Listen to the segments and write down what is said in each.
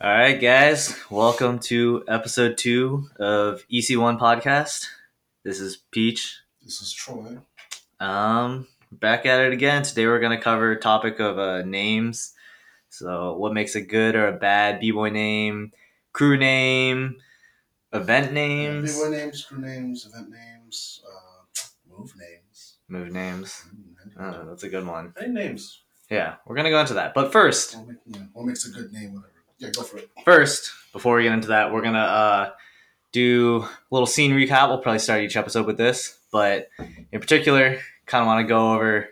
All right, guys, welcome to episode two of EC1 Podcast. This is Peach. This is Troy. Um, back at it again. Today we're gonna cover a topic of uh, names. So, what makes a good or a bad b boy name, crew name, event names, B-boy names, crew names, event names, uh, move names. move names. Oh, that's a good one. Any names. Yeah, we're gonna go into that. But first, What, make, yeah, what makes a good name, whatever. Yeah, go for it. First, before we get into that, we're gonna uh, do a little scene recap. We'll probably start each episode with this, but in particular, kind of want to go over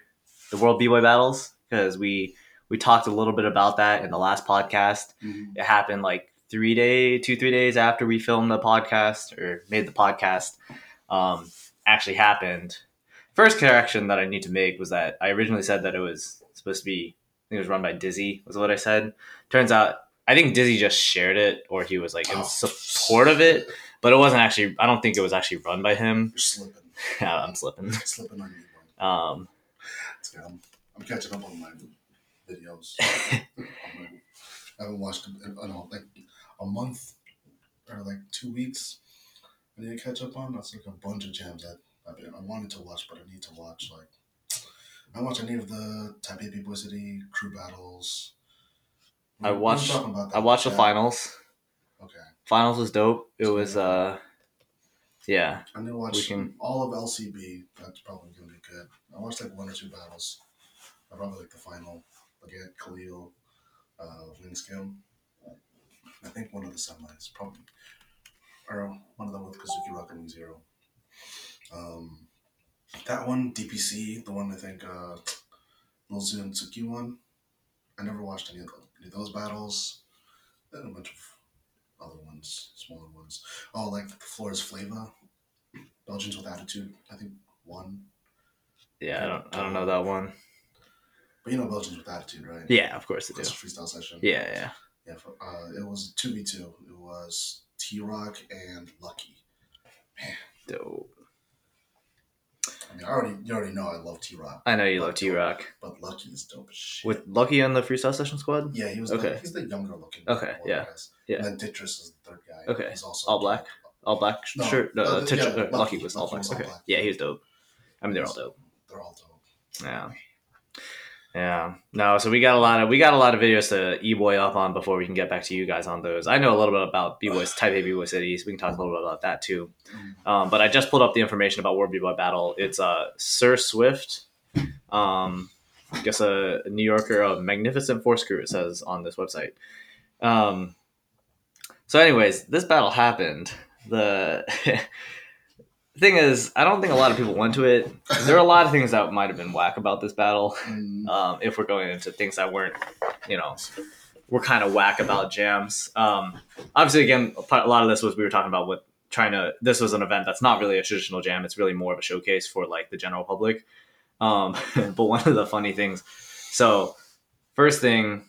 the World B-Boy battles because we we talked a little bit about that in the last podcast. Mm-hmm. It happened like three day, two three days after we filmed the podcast or made the podcast. Um, actually happened. First correction that I need to make was that I originally said that it was supposed to be. I think it was run by Dizzy. Was what I said. Turns out I think Dizzy just shared it or he was like in Oh. support of it, but it wasn't actually. I don't think it was actually run by him. You're slipping. I'm slipping. slipping on you. bro. Um, It's good. I'm, I'm catching up on my videos. On my- I haven't watched them in, I don't know, like a month or like two weeks. I need to catch up on. That's like a bunch of jams that I've been, I wanted to watch, but I need to watch. Like, I don't watch any of the Type A People City crew battles. I We- we were watched- talking about I watched the yeah. finals. Okay, Finals was dope. It was uh, yeah, I need to watch We can- all of LCB. That's probably gonna be good. I watched like one or two battles. I probably like the final. Again, Khalil, uh, Wingskim. I think one of the semis, probably, or uh, one of them with Kazuki Rock and Zero. Um, that one DPC, the one I think uh, Lil Zoo and Tsuki one. I never watched any of those, any of those battles. Then a bunch of other ones, smaller ones. Oh, like the Flores Flava. Belgians with attitude. I think one. yeah. I don't I don't know that one. But you know Belgians with attitude, right? Yeah, of course it It's is. a freestyle session. Yeah, yeah. Yeah. For, uh, it was two v two. It was T Rock and Lucky. Dope. I mean, I already you already know I love T Rock, I know you love T Rock but Lucky is dope as shit. with Lucky on the freestyle session squad. yeah, he was Okay. The, he's the younger looking. Okay, one, yeah, guys. yeah. And then Dittress is the third guy. Okay, He's also all black? All black No, shirt. No, uh, Titch- yeah, uh, Lucky, Lucky- was Lucky all black. was all okay, black. yeah, he was dope. I mean, they're all dope. They're all dope. Yeah. Yeah. No, so we got a lot of we got a lot of videos to e boy up on before we can get back to you guys on those. I know a little bit about b boys type A b boy cities. We can talk a little bit about that too. Um, but I just pulled up the information about World b boy battle. It's uh, Sir Swift, um, I guess a New Yorker of Magnificent Force Crew. It says on this website. Um, so, anyways, this battle happened. The thing is, I don't think a lot of people went to it. There are a lot of things that might have been whack about this battle Mm, um, if we're going into things that weren't, you know, we're kind of whack about jams. Um, obviously, again, a part- a lot of this was we were talking about with trying to. This was an event that's not really a traditional jam. It's really more of a showcase for like the general public. Um, but one of the funny things, so first thing,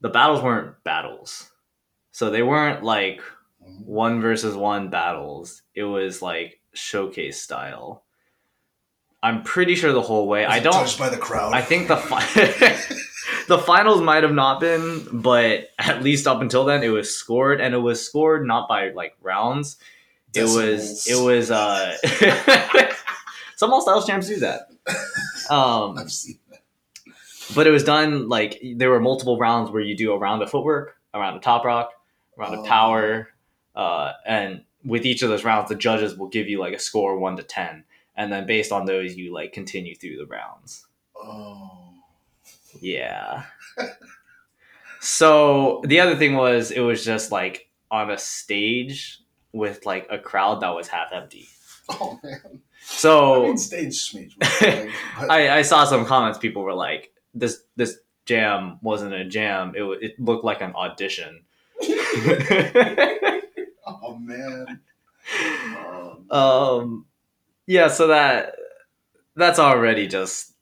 the battles weren't battles, so they weren't like mm. one versus one battles. It was like showcase style. I'm pretty sure the whole way. Was I it don't. Touched by the crowd. I think the fi- the finals might have not been, but at least up until then, it was scored, and it was scored not by like rounds. It was it was uh some all styles champs do that. Um, I've seen that. but it was done like there were multiple rounds where you do a round of footwork, a round of top rock, a round of Oh. power, uh, and with each of those rounds, the judges will give you like a score one to ten, and then based on those, you like continue through the rounds. Oh. Yeah. so the other thing was it was just like on a stage with like a crowd that was half empty. Oh man. I So mean, stage stage. Like, but- I, I saw some comments. People were like, "This this jam wasn't a jam. It wa- it looked like an audition." oh man. Um, um, yeah. So that that's already just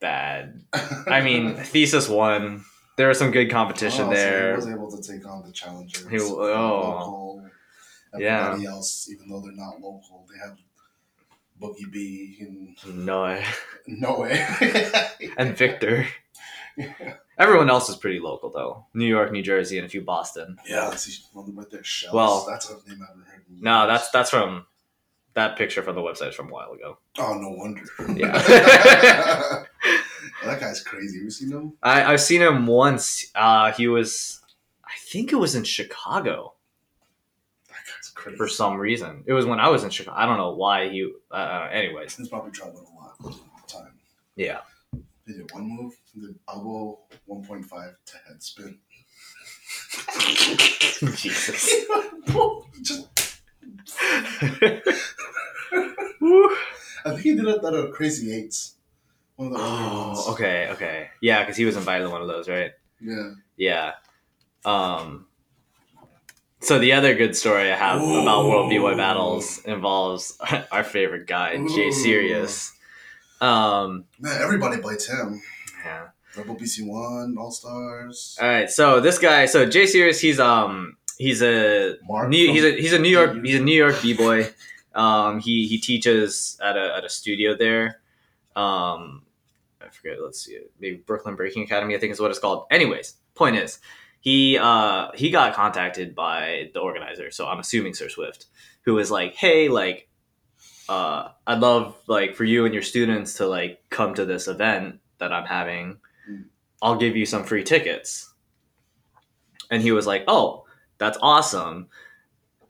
bad. I mean, thesis one. There was some good competition Oh, so there. he was able to take on the challengers. He- the oh. local, Yeah. everybody else, even though they're not local, they have Boogie B and no. no way. and Victor. Everyone else is pretty local though. New York, New Jersey, and a few Boston. Yeah, let's see. One with their shells. Well- that's a name I haven't heard. in No, years. that's that's from that picture from the website is from a while ago. Oh, no wonder. Yeah. that guy's crazy. Have you seen him? I, I've seen him once. Uh, he was, I think it was in Chicago That guy's crazy. for some reason. It was when I was in Chicago. I don't know why he. Uh, uh, anyways, He's probably traveling a lot at the time. yeah, They did one move, they did elbow 1.5 to head spin. Jesus. Just, Woo. I think he did it out of Crazy Eights. One of the earlier ones. oh, okay, okay, yeah, because he was invited to one of those, right? Yeah. Yeah. Um. So the other good story I have about World Ooh. BY battles involves our favorite guy, Jay Ooh. Sirius. Um. Man, everybody bites him. Yeah. Rebel BC1, All Stars. All right, so this guy, so Jay Sears, he's um he's a Mark. New, from- he's a he's a New York he's a New York b boy. Um, he he teaches at a at a studio there. Um, I forget. Let's see, maybe Brooklyn Breaking Academy, I think is what it's called. Anyways, point is, he uh he got contacted by the organizer, so I'm assuming Sir Swift, who was like, hey, like, uh, I'd love like for you and your students to like come to this event that I'm having. Mm. I'll give you some free tickets. And he was like, oh, that's awesome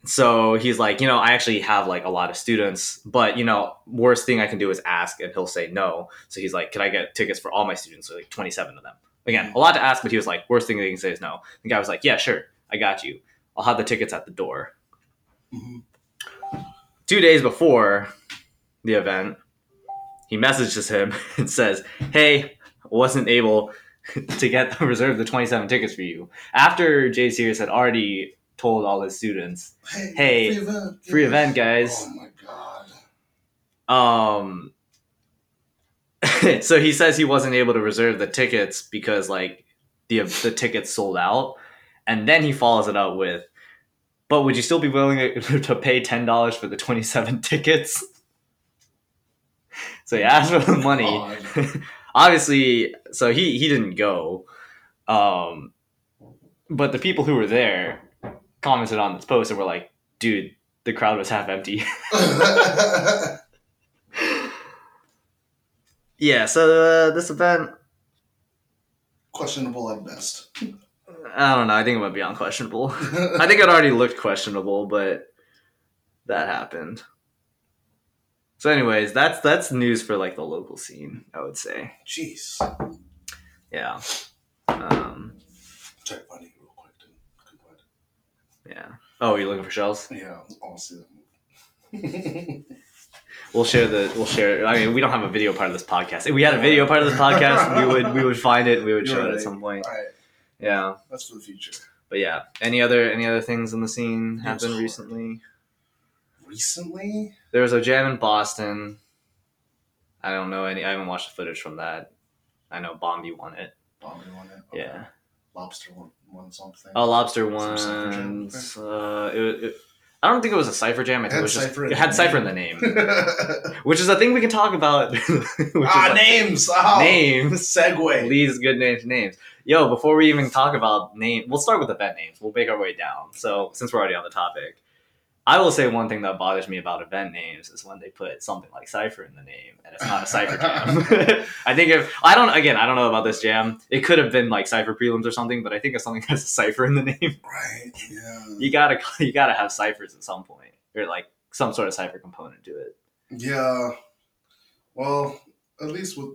so he's like, you know, I actually have like a lot of students, but you know, worst thing I can do is ask and he'll say no. So he's like, can I get tickets for all my students? So like 27 of them. Again, a lot to ask, but he was like, worst thing they can say is no. The guy was like, yeah, sure, I got you. I'll have the tickets at the door. Mhm. Two days before the event, he messages him and says, hey, wasn't able to get the reserve the 27 tickets for you. After Jay Sears had already told all his students, Hey, Hey, free event. free yeah. event, guys. Oh my god. Um, so he says he wasn't able to reserve the tickets because like the the tickets sold out, and then he follows it up with, "But would you still be willing to pay ten dollars for the twenty seven tickets?" So he asked for the money. God. Obviously, so he he didn't go, um, but the people who were there commented on this post and were like, "Dude, the crowd was half empty." yeah. So uh, this event. Questionable at best. I don't know. I think it went beyond questionable. I think it already looked questionable, but that happened. So, anyways, that's that's news for like the local scene. I would say, Jeez. yeah, um, Check my name real quick, dude. Good point. yeah. Oh, you're looking for shells? Yeah, I want to see that movie. We'll share the. We'll share. I mean, we don't have a video part of this podcast. If we had a video part of this podcast, we would we would find it. We would show it at some point. All right, Yeah, that's for the future. but yeah. Any other any other things in the scene happened hard. recently? Recently, There was a jam in Boston. I don't know any. I haven't watched the footage from that. I know Bombi won it. Bombay won it. Yeah. Lobster won, won something. Oh, Lobster Some Cypher jam, won. Uh, it, it, I don't think it was a cipher jam. I It think it had was just Cypher in it the had name. cipher in the name, ah, which is a thing we can talk about. which is like names. Oh, names Segway. leads good names to names. Yo, before we even talk about name, we'll start with the event names. We'll make our way down. So since we're already on the topic, I will say one thing that bothers me about event names is when they put something like cipher in the name and it's not a cipher jam. I think if I don't again, I don't know about this jam. It could have been like cipher prelims or something, but I think if something has a cipher in the name, Right. Yeah. you gotta you gotta have ciphers at some point or like some sort of cipher component to it. Yeah. Well, at least with.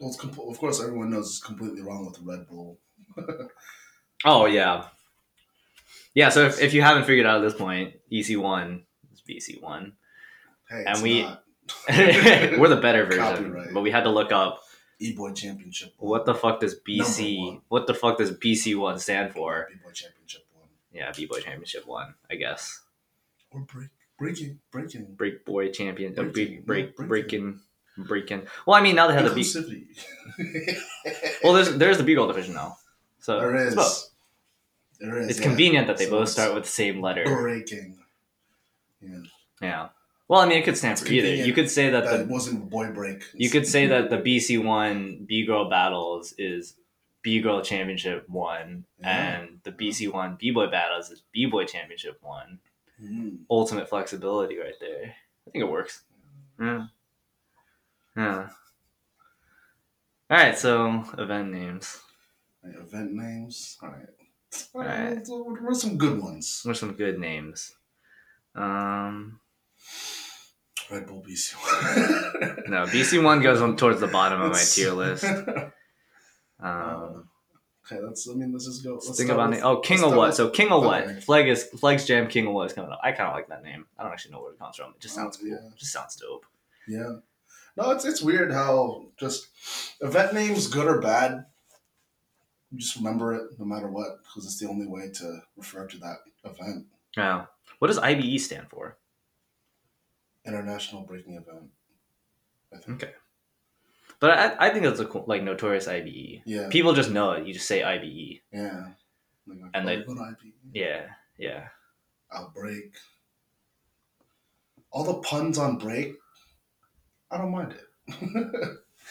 Well, it's comp- of course, everyone knows it's completely wrong with Red Bull. Oh yeah, yeah. So if, if you haven't figured out at this point, EC one is BC one. Hey, And it's we- not. We're the better version, Copyright. but we had to look up E-Boy Championship. what the fuck does Number BC one. what the fuck does BC one stand for? B-Boy Championship one. Yeah, B boy championship one, I guess. Or break, breaking, breaking. Break boy champion, uh, break Breaking, break yeah, breaking. Breaking. Well, I mean, now they have the B. Inclusivity. Well, there's there's the B goal division now, so there it's both. is. There is. It's yeah. convenient that they So both it's start with the same letter. Breaking. Yeah. Yeah. Well, I mean, it could stand It's for either. convenient You could say that That the wasn't boy break. you could say that the BC one B girl battles is B Girl Championship one, Yeah. and the BC one B Boy battles is B Boy Championship one. Mm. Ultimate flexibility right there. I think it works. Yeah. Yeah. All right, so event names. Like, event names. All right. All Alright. right. So what are some good ones? What are some good names? Um, Red Bull BC. no, BC one goes on towards the bottom of my It's- tier list. Um, Um, okay, let's. I mean, let's just go. Let's think start about with- it. Oh, King let's of start What? with- So King of Okay. What? Flag is Flag's Jam King of What is coming up. I kind of like that name. I don't actually know where it comes from. It just Oh, sounds cool. yeah. It just sounds dope. Yeah. No, it's it's weird how just event names, good or bad, you just remember it no matter what because it's the only way to refer to that event. Yeah. What does IBE stand for? International breaking event. I think. Okay. But I, I think that's a cool, like notorious IBE. Yeah. People just know it. You just say IBE. Yeah. Like, And oh, they- we're gonna IP. Yeah. Yeah. outbreak. All the puns on break, I don't mind it.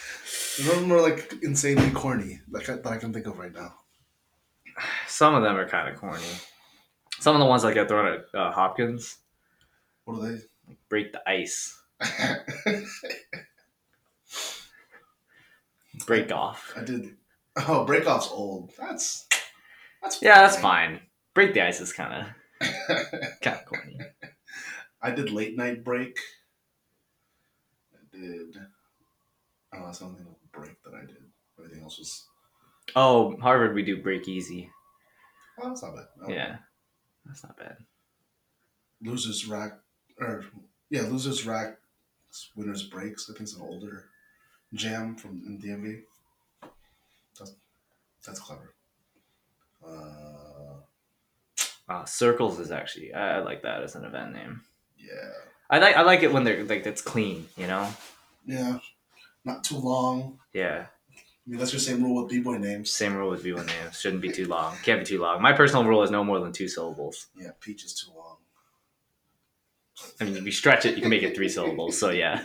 None more like insanely corny like I, that I can think of right now. Some of them are kind of corny. Some of the ones that get thrown at uh, Hopkins What are they? break the ice, break off. I did. Oh, breakoff's old. That's that's Yeah, that's fine. Break the ice is kind of kind of corny. I did late night break. I did. Oh, that's the only thing with break that I did. Everything else was. Oh, Harvard, we do break easy. Oh, that's not bad. Oh, Yeah, that's not bad. Losers rack or yeah, losers rack. Winners breaks. I think it's an older jam from in DMV. That's that's clever. Uh, Uh, circles is actually I, I like that as an event name. yeah, I like I like it when they're like that's clean, you know. yeah. Not too long. Yeah, I mean, that's your same rule with b boy names. same rule with V1 names. Shouldn't be too long. Can't be too long. My personal rule is no more than two syllables. Yeah, peach is too long. I mean, if you stretch it, you can make it three syllables. So yeah.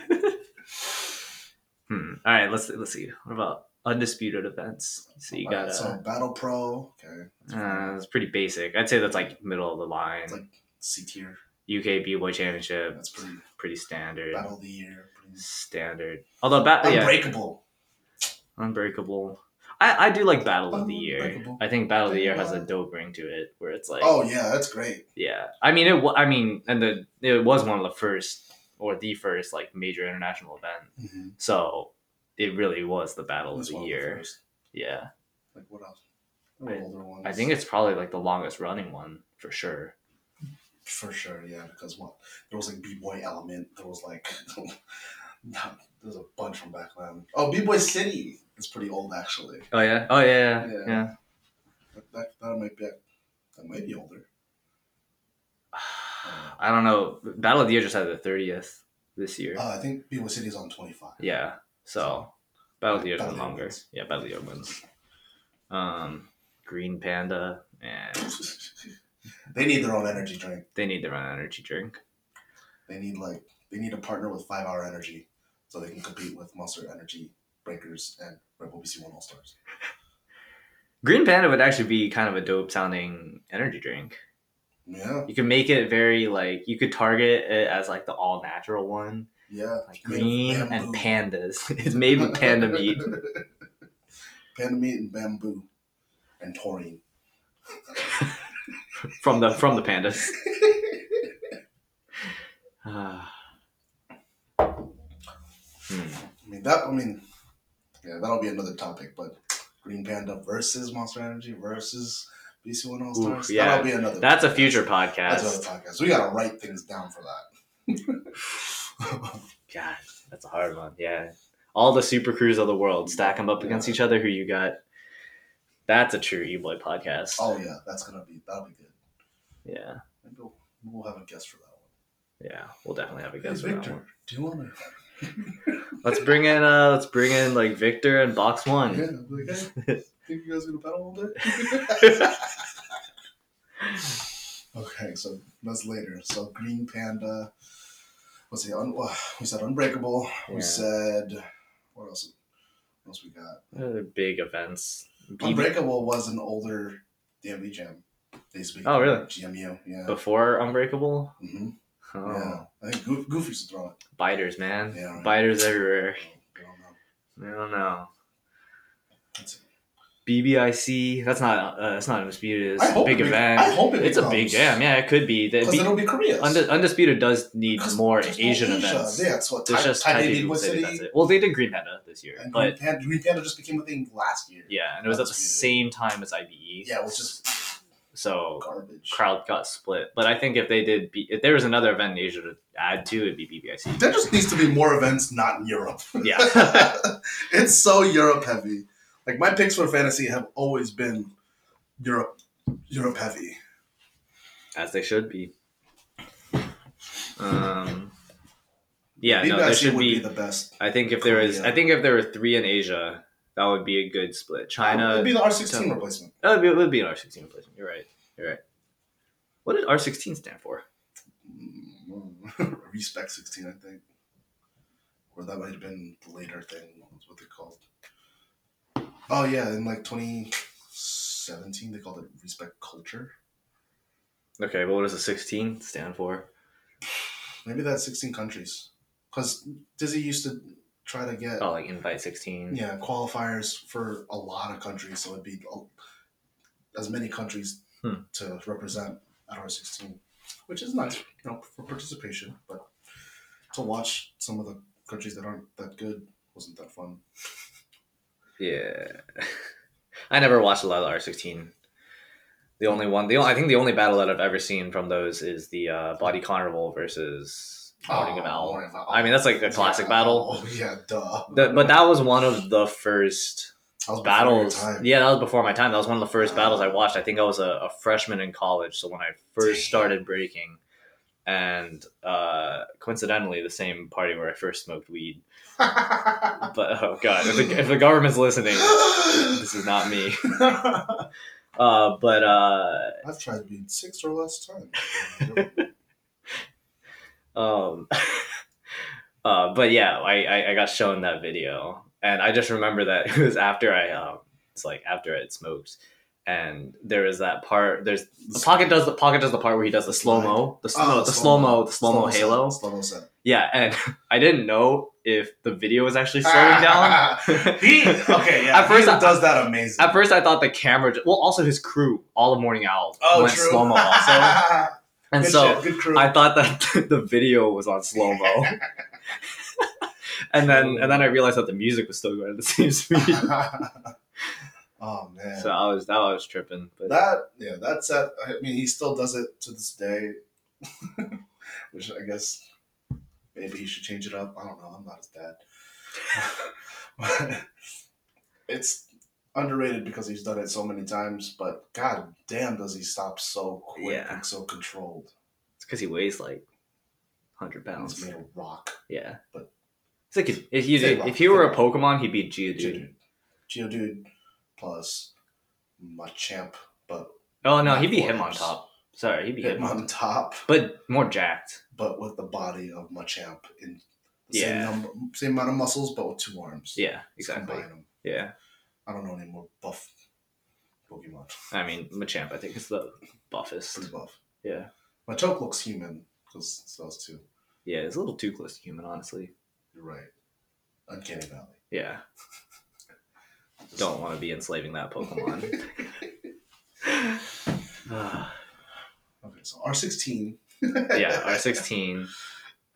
hmm. All right. Let's let's see. What about undisputed events? So you got Alright, so uh, Battle Pro, okay, uh, it's pretty basic. I'd say that's like middle of the line. it's like C tier. UK B boy championship. That's pretty pretty standard. Battle of the Year. Pretty, Standard. Although ba- Oh, yeah. Unbreakable. Unbreakable. I, I do like Battle of the Year. Unbreakable. I think Battle of the Year has a dope ring to it, where it's like, Oh yeah, that's great. yeah. I mean, it. wa- I mean, and the it was one of the first or the first like major international event, Mm-hmm. so it really was the Battle of the Year. yeah, like what else? There were older ones. I think it's probably like the longest running one for sure. for sure. Yeah, because well, there was like b boy element. There was like there's a bunch from back then. Oh, b boy city. It's pretty old actually. Oh yeah. Oh yeah. Yeah. Yeah. That, that, that might be that might be older. I don't know. Battle of the Year just had the thirtieth this year. Uh, I think b boy city is on twenty five. Yeah. So Battle of the Year's Battle been of the longer. Years. Yeah, Battle of the Year wins. Um Green Panda, and they need their own energy drink. they need their own energy drink. They need like they need to partner with Five Hour Energy so they can compete with Monster Energy Breakers and Red Bull BC One All Stars. Green Panda would actually be kind of a dope sounding energy drink. Yeah, You could make it very like you could target it as like the all natural one, yeah. like Made of green and bamboo. pandas. it's made with panda meat. panda meat and bamboo and taurine. from the from the pandas. Ah. Hmm. I mean that. I mean, yeah, that'll be another topic. But Green Panda versus Monster Energy versus BC One All Stars. Ooh, yeah. That'll be another. That's a podcast. future That's podcast. another podcast. We gotta write things down for that. God, that's a hard one. Yeah. All the super crews of the world, stack them up against each other. Who you got? That's a true E Boy podcast. oh yeah, that's gonna be that'll be good. Yeah. Maybe we'll, we'll have a guest for that one. Yeah. We'll definitely have a Hey, guest for that one. do you want to? Let's bring in uh let's bring in like Victor and Box One. Yeah, I'd be like, hey, think you guys gonna battle all day? okay, so that's later. So Green Panda. Let's see. Un- uh, we said Unbreakable. Yeah. We said what else? What else we got? What other big events. Even Unbreakable was an older DMV jam. They used to be Oh, really? GMU, yeah. before Unbreakable. hmm Oh, Yeah. I think Goof, Goof used to throw it. biters, man. Yeah, right. Biters everywhere. I don't know. I don't know. That's BBIC. That's not. Uh, that's not undisputed. It's I a hope big it bec- event. I hope it it's a big becomes- jam. Yeah, it could be. That'd Because be- it'll be Korea's. Undi- Undisputed does need 'Cause more there's no Asian Asia. events. Yeah, it's what There's Thai, just Thai, Thai Baby people Boy say City. that's it. Well, they did Green Panda this year, And but Green Panda, Green Panda just became a thing last year. yeah, and it was at the same Undisputed. time as IBE. Yeah, it was just So garbage. crowd got split. But I think if they did, be, if there was another event in Asia to add to, it'd be BBIC. There just needs to be more events not in Europe. Yeah. it's so Europe heavy. Like my picks for fantasy have always been Europe Europe heavy. as they should be. Um, yeah, BBIC no, there should would be. the best. I think if there is, Korea. I think if there were three in Asia, that would be a good split. China, It'd be the R16 China. replacement. That would be, it would be an R16 replacement. You're right. You're right. What did R16 stand for? Mm, Respect 16, I think. Or that might have been the later thing. That's what they called. Oh yeah, in like 2017 they called it Respect Culture. Okay, but what does a 16 stand for? Maybe that's 16 countries. Because Dizzy used to try to get Oh, like invite 16. yeah qualifiers for a lot of countries, so it'd be a- as many countries Hmm. to represent at R16, which is nice, you know, for participation. But to watch some of the countries that aren't that good wasn't that fun. Yeah. I never watched a lot of R16. The only one, the only, I think the only battle that I've ever seen from those is the uh, Body Carnival versus Oh, Morning of Owl. Oh, Morning Owl. I mean, that's like a classic Yeah, battle. Oh yeah, duh. That- but that was one of the first That was before your battles. time. Yeah, that was before my time. That was one of the first battles I watched. I think I was a, a freshman in college, so when I first Damn. started breaking, and uh, coincidentally, the same party where I first smoked weed. But oh god, if the, if the government's listening, this is not me. Uh, but uh, I've tried to be six or less times. um, uh, but yeah, I, I I got shown that video, and I just remember that it was after I um, it's like after I had smoked. And there is that part. There's the pocket does the pocket does the part where he does the slow mo, the, Oh, no, the slow mo, the slow mo set, halo. Slow-mo set. Yeah, and I didn't know if the video was actually slowing down. He okay, yeah. At first he I- does that amazing. At first, I thought the camera. Well, also his crew, all the morning owls, oh, went true. slow mo also, and good so shit, good crew. I thought that the video was on slow mo. and then and then I realized that the music was still going at the same speed. oh man, So I was that was tripping. But that yeah, that set. I mean, he still does it to this day, which I guess maybe he should change it up. I don't know. I'm not his dad. But it's underrated because he's done it so many times, but god damn, does he stop so quick Yeah. and so controlled? it's because he weighs like hundred He's pounds. made a rock. Yeah. But- It's like if- if he Say rock, if he were say a Pokemon, he'd be Geodude. Geodude. Geodude plus Machamp, but Oh no, he'd be Not Hitmontop. Warriors. Sorry, he'd be him Hitmontop, on top, but more jacked. but with the body of Machamp in the Yeah. same, number, same amount of muscles, but with two arms. Yeah, Just exactly. combine 'em. Yeah, I don't know any more buff Pokemon. I mean Machamp. I think is the buffest. Pretty buff. Yeah, Machoke looks human because it's those two. yeah. It's a little too close to human, honestly. You're right. Uncanny Valley. Yeah, Just- don't want to be enslaving that Pokemon. Ah, Okay, so R16. yeah, R sixteen.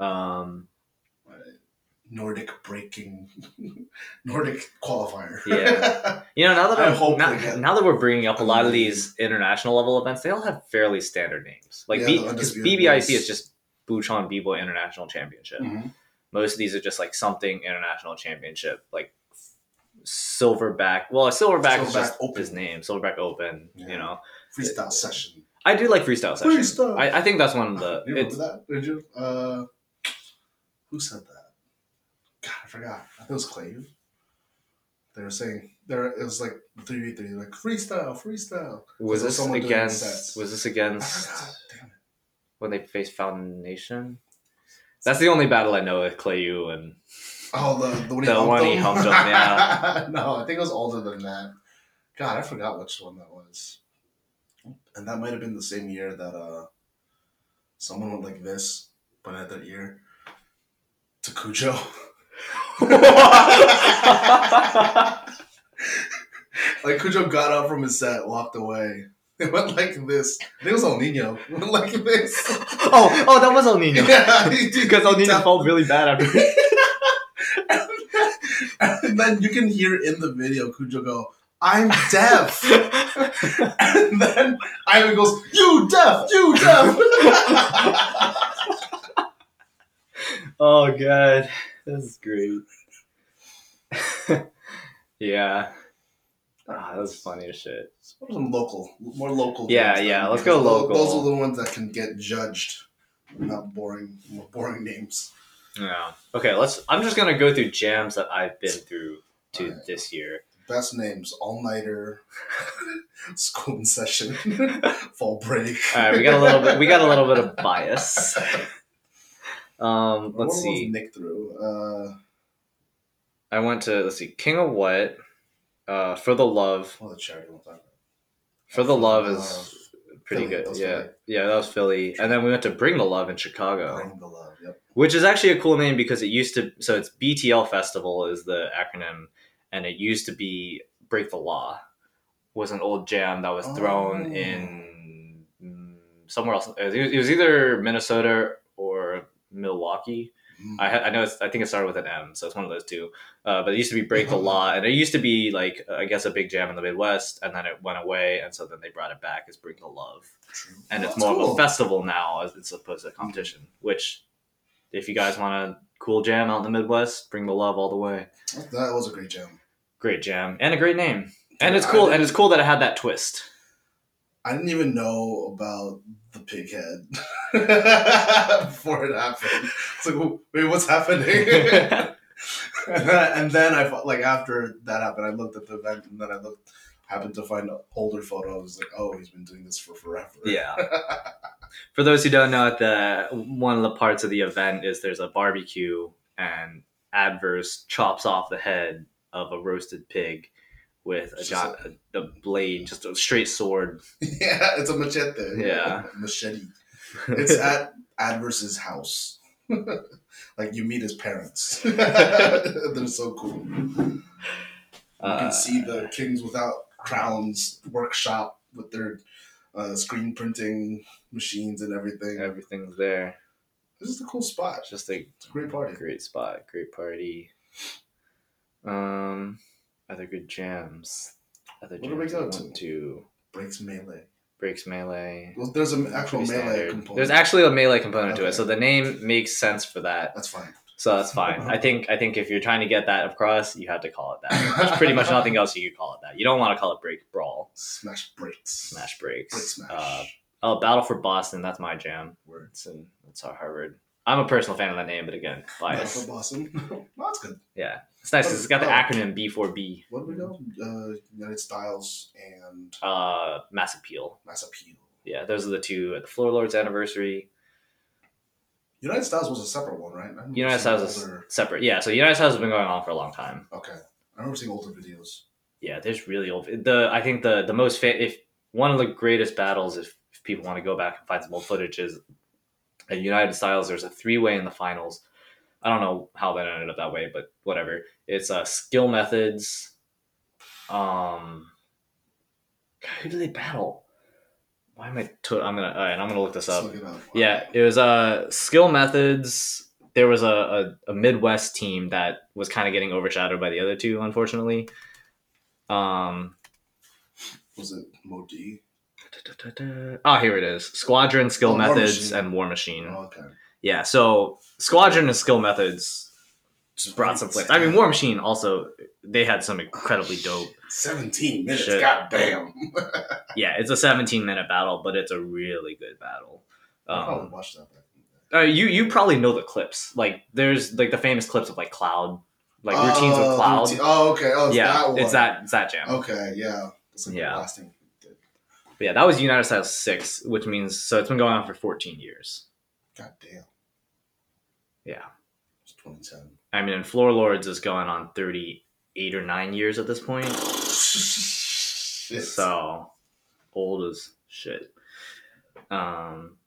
Um, Nordic breaking, Nordic qualifier. Yeah. you know, now that I I'm, hope now, they Mm-hmm. get- now that we're bringing up a lot of these international level events, they all have fairly standard names. Like Yeah, B, the because Undisputed BBIC Beast. is just Buchon B Boy International Championship. Mhm. Most of these are just like something international championship, like Silverback. Well, Silverback, Silverback is just Open. his name. Silverback Open. Yeah. You know, Freestyle session. I do like freestyle session. Freestyle. I, I think that's one of the. You it's- remember that? Did you? Uh, who said that? God, I forgot. I think it was Clave. They were saying there. It was like three v three. Like freestyle, freestyle. was There's this someone doing against? sets. Was this I against? forgot. Damn it. when they faced Foundation. That's the only battle I know with Clayu and Oh, the the one he The humped one he him? humped him, yeah. no, I think it was older than that. God, I forgot which one that was. And that might have been the same year that uh, someone went like this, but had their ear to Cujo. Oh, like Cujo got up from his set, walked away. It went like this. I think it was El Nino. It went like this. oh, oh, that was El Nino. Yeah, he did. Because El Nino felt really bad after. and then you can hear in the video Cujo go, I'm deaf. and then Ivan goes, You deaf, you deaf. Oh god, this is great. yeah, ah, that was funny as shit. What are some local, more local. Yeah, things, yeah, though, let's go because tho- Those local. are the ones that can get judged. Not boring, more boring names. Yeah. Okay, let's. I'm just gonna go through jams that I've been through to Alright. this year. Best names: all nighter, school in session, fall break. All right, we got a little bit. We got a little bit of bias. Um, What let's was see. Nick through. Uh, I went to let's see, King of What, uh, for the love. well, oh, the charity we'll talk about. For the love Uh, is pretty Philly, that good. was Yeah, Philly. yeah, that was Philly, and then we went to Bring the Love in Chicago. Bring the love. Yep. which is actually a cool name because it used to so it's btl festival is the acronym and it used to be break the law was an old jam that was thrown Oh. in mm, somewhere else it was, it was either minnesota or milwaukee Mm. I, ha- I know it's, i think it started with an m so it's one of those two uh, but it used to be break the Mm-hmm. law and it used to be like uh, i guess a big jam in the midwest and then it went away and so then they brought it back as break the love True. and Oh, it's that's more of cool. a festival now as it's opposed to a competition. Which, if you guys want a cool jam out in the Midwest, bring the love all the way. That was a great jam. Great jam and a great name, and it's I cool. didn't- And it's cool that it had that twist. I didn't even know about the pig head before it happened. It's like, wait, what's happening? and then I fo- like after that happened, I looked at the event, and then I looked, happened to find an older photo. I was like, oh, he's been doing this for forever. yeah. For those who don't know, at the one of the parts of the event is there's a barbecue and Adverse chops off the head of a roasted pig with a, Just jo- a, a blade, just a straight sword. yeah, it's a machete. Yeah. machete. It's at Adverse's house. like you meet his parents. They're so cool. You Uh, can see the Kings Without Crowns workshop with their uh, screen printing machines and everything. everything's there. This is a cool spot. It's just a It's a great party. Great spot, great party. Um, other good jams. Other What do we jams I go to? went to? Breaks melee. Breaks melee. Well, there's an actual Pretty Oh, melee standard. component. There's actually a melee component to it, Okay. Uh-huh. so the name makes sense for that. That's fine. So that's fine. I think I think if you're trying to get that across, you have to call it that. There's pretty much nothing else you could call it that. You don't want to call it break brawl, Smash breaks. smash breaks. Break smash. Uh, oh, battle for Boston. That's my jam. Word. It's in it's at Harvard. I'm a personal fan of that name, but again, Battle bias. for Boston. no, that's good. Yeah, it's nice. 'cause It's got the Oh. acronym B4B. What do we go? Uh, United Styles and uh, Mass Appeal. Mass Appeal. Yeah, those are the two at the Floor Lords anniversary. United Styles was a separate one, right? I remember United seeing Styles is older- separate. Yeah, so United Styles has been going on for a long time. Okay. I remember seeing older videos. Yeah, there's really old. The I think the the most fa- if one of the greatest battles if, if people want to go back and find some old footage is at United Styles. There's a three way in the finals. I don't know how that ended up that way, but whatever. It's uh, skill methods. Um, God, who did they battle? Why am I? To- I'm gonna. All right, I'm gonna look this Let's up. look it up. Yeah, it was uh skill methods. There was a, a, a Midwest team that was kind of getting overshadowed by the other two, unfortunately. Um, Was it Modi? oh, here it is: Squadron skill Oh, War methods Machine. Oh. and War Machine. Okay. Yeah, so Squadron and skill methods brought some flames. I mean, War Machine also they had some incredibly Oh, dope. 17 minutes. Shit. Goddamn. Yeah, it's a 17 minute battle, but it's a really good battle. I probably Um, watched that. Back. Uh, you you probably know the clips. Like there's like the famous clips of like cloud, like routines with Oh, cloud. routine- Oh, okay. Oh, it's yeah, that one. it's that it's that jam. Okay, yeah. It's like Yeah. the last thing. we did. But yeah, that was United Styles six, which means so it's been going on for 14 years. Goddamn. Yeah, It's 2010. I mean, and Floor Lords is going on 38 or nine years at this point. Shit. So old as shit. Um,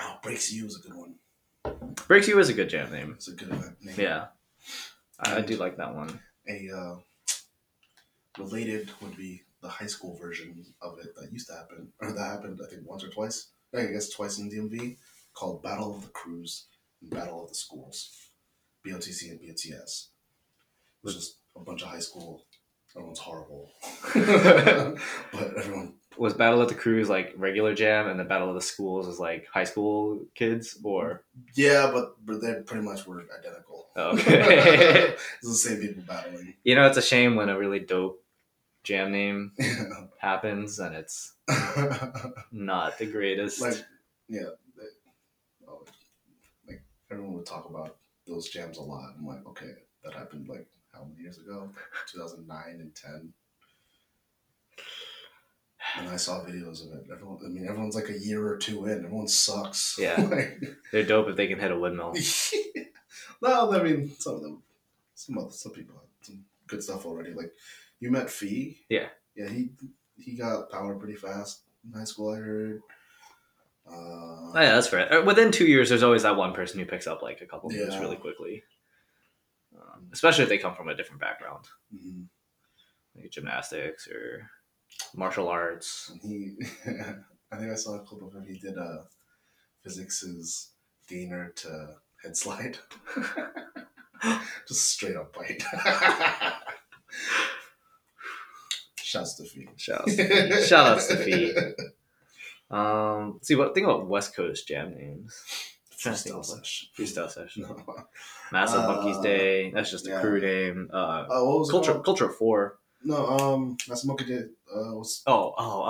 oh, Breaks You is a good one. Breaks You is a good jam name. It's a good event name. Yeah, I, I do like that one. A uh, related would be the high school version of it that used to happen, or that happened, I think, once or twice. I guess twice in DMV, called Battle of the Crews and Battle of the Schools, BOTC and BOTS. It was just a bunch of high school. Everyone's horrible, but everyone Was Battle at the Cruise like regular jam, and the Battle of the Schools is like high school kids, or oh, Yeah, but but they pretty much were identical. okay. it's the same people battling. you know, it's a shame when a really dope jam name happens and it's not the greatest. like yeah, they, oh, like everyone would talk about those jams a lot. I'm like, okay, that happened like how many years ago? 2009 and 10. And I saw videos of it. Everyone, I mean, everyone's like a year or two in. Everyone sucks. Yeah. Like, They're dope if they can hit a windmill. no, I mean some of them, some other, some people have some good stuff already. Like you met Fee. Yeah. Yeah, he he got power pretty fast in high school. I heard. Uh, Oh, yeah, that's fair. Uh, Within two years, there's always that one person who picks up like a couple moves Yeah. really quickly, um, especially if they come from a different background, mhm. like gymnastics or martial arts. And he, I think I saw a clip of him. He did a physics's gainer to head slide, just straight up bite. Shouts to Fee. Shout outs to Shout outs to Fee. Um, see what think about West Coast jam names. Trying to think Freestyle of one. sesh. Freestyle session, No. Massive Uh, Monkeys Day. That's just a yeah. crew name. Uh, Uh, what was it Culture called? Culture Four. No, um, that's Monkey did. Uh, was Oh, oh, oh,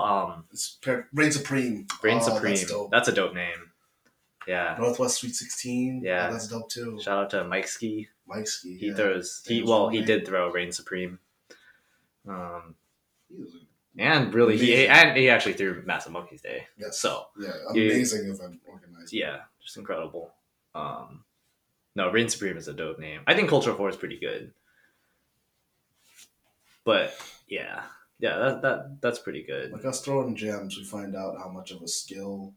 oh, oh. Um, it's Par- Reign Supreme. Brain Oh, Supreme. That's dope. that's a dope name. Yeah. Northwest Sweet Sixteen. Yeah. Oh, that's dope too. Shout out to Mike Ski. Mike Ski. He yeah. throws. He He was well, one he man. did throw Reign Supreme. Um, He was a- and really, he Amazing. and he actually threw Massive Monkeys Day. Yes. So yeah, Yeah. amazing event organized. yeah, just incredible. Um, no, Reign Supreme is a dope name. I think Culture Four is pretty good. But yeah, yeah, that, that that's pretty good. Like us throwing gems, we find out how much of a skill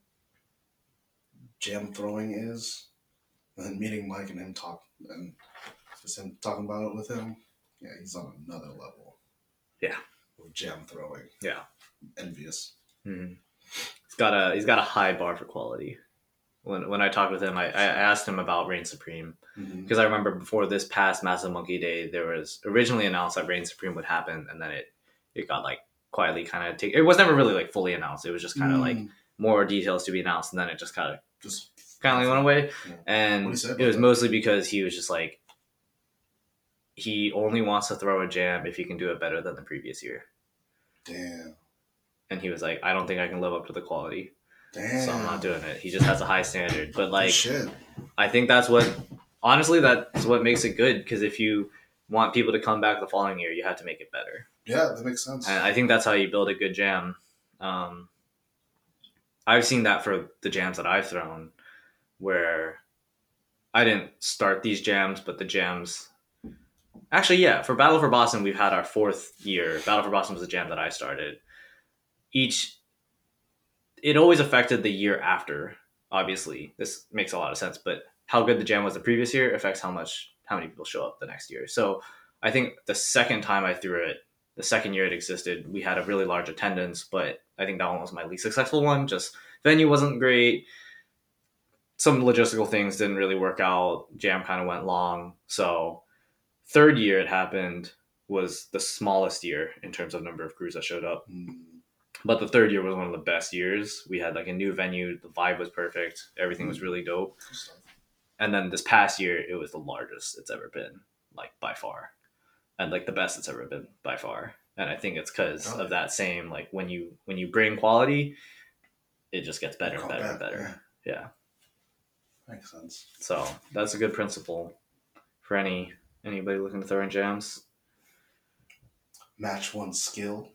gem throwing is, and then meeting Mike and him talk and just him talking about it with him. Yeah, he's on another level. Yeah. With gem throwing. Yeah. Envious. Mhm. He's got a he's got a high bar for quality. When when I talked with him, I, I asked him about Reign Supreme. Mhm. because I remember before this past Massive Monkey Day, there was originally announced that Reign Supreme would happen, and then it it got like quietly kind of take. It was never really like fully announced. It was just kind of like Mm, more details to be announced, and then it just kind of just kind of went away. Yeah. And What do you say it about was that? mostly because he was just like he only wants to throw a jam if he can do it better than the previous year. damn, And he was like, I don't think I can live up to the quality, damn. so I'm not doing it. He just has a high standard. But like, shit. I think that's what honestly that's what makes it good because if you want people to come back the following year, you have to make it better. Yeah, that makes sense. And I think that's how you build a good jam. Um, I've seen that for the jams that I've thrown, where I didn't start these jams, but the jams. Actually, yeah, for Battle for Boston, we've had our fourth year. Battle for Boston was a jam that I started. Each, it always affected the year after. Obviously, this makes a lot of sense. But how good the jam was the previous year affects how much how many people show up the next year. So I think the second time I threw it, the second year it existed, we had a really large attendance, but I think that one was my least successful one. Just venue wasn't great. Some logistical things didn't really work out. Jam kind of went long. So, third year it happened was the smallest year in terms of number of crews that showed up. Mm, But the third year was one of the best years. We had like a new venue, the vibe was perfect, everything Mm. was really dope. good stuff. And then this past year, it was the largest it's ever been, like by far, and like the best it's ever been by far. And I think it's because Got it. of that same like when you when you bring quality, it just gets better and Call better and back, better. Yeah. yeah, makes sense. So that's a good principle for any anybody looking to throw in jams. Match one skill.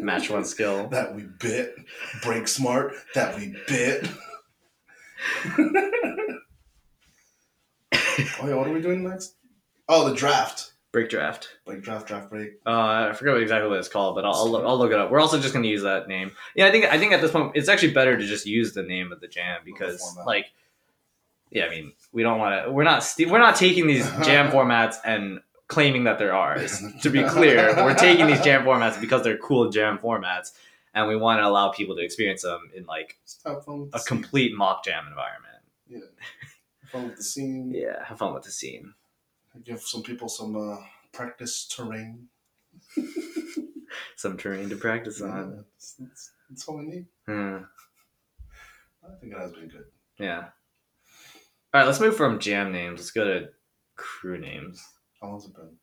Match one skill. that we bit. Break smart that we bit. oh yeah, what are we doing next? Oh, the draft. break draft. Like draft, draft break. Uh, I forget what exactly what it's called, but I'll, I'll, look, I'll look it up. We're also just going to use that name. Yeah, I think I think at this point it's actually better to just use the name of the jam because format. like, yeah, I mean we don't want to. We're not st- we're not taking these jam formats and claiming that they're ours. to be clear, we're taking these jam formats because they're cool jam formats, and we want to allow people to experience them in like Just have fun with a the scene. complete mock jam environment. Have fun with the scene. Yeah, have fun with the scene. Give some people some uh, practice terrain. Some terrain to practice on. Yeah, that's, that's, that's all we need. Hmm. I think it has been good. Yeah. All right, let's move from jam names. Let's go to crew names. How long's it been?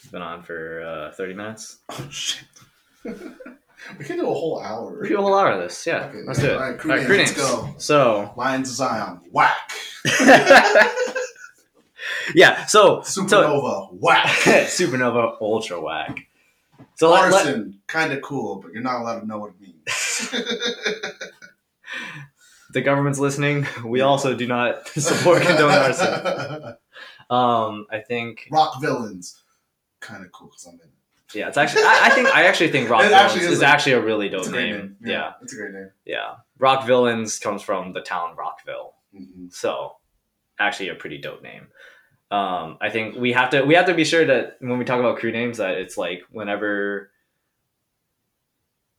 It's been on for uh, 30 minutes. Oh shit. we can do a whole hour. We do a whole hour of this. Yeah, Okay, let's do it. all right, crew names, let's go. So, Lions of Zion, whack. yeah, so, so Supernova, whack. Supernova Ultra Whack. So, let, let, Larson, kind of cool, but you're not allowed to know what it means. the government's listening. We also do not support condone arson. Um, I think, Rock villains, kind of cool because I'm in it. yeah, it's actually, I, I think, I actually think Rock It Villains actually is is a- actually a really dope It's a great name. name. Oh, yeah, it's a great name. yeah. Rock Villains comes from the town Rockville. hmm So actually a pretty dope name. Um, I think we have to we have to be sure that when we talk about crew names that it's like whenever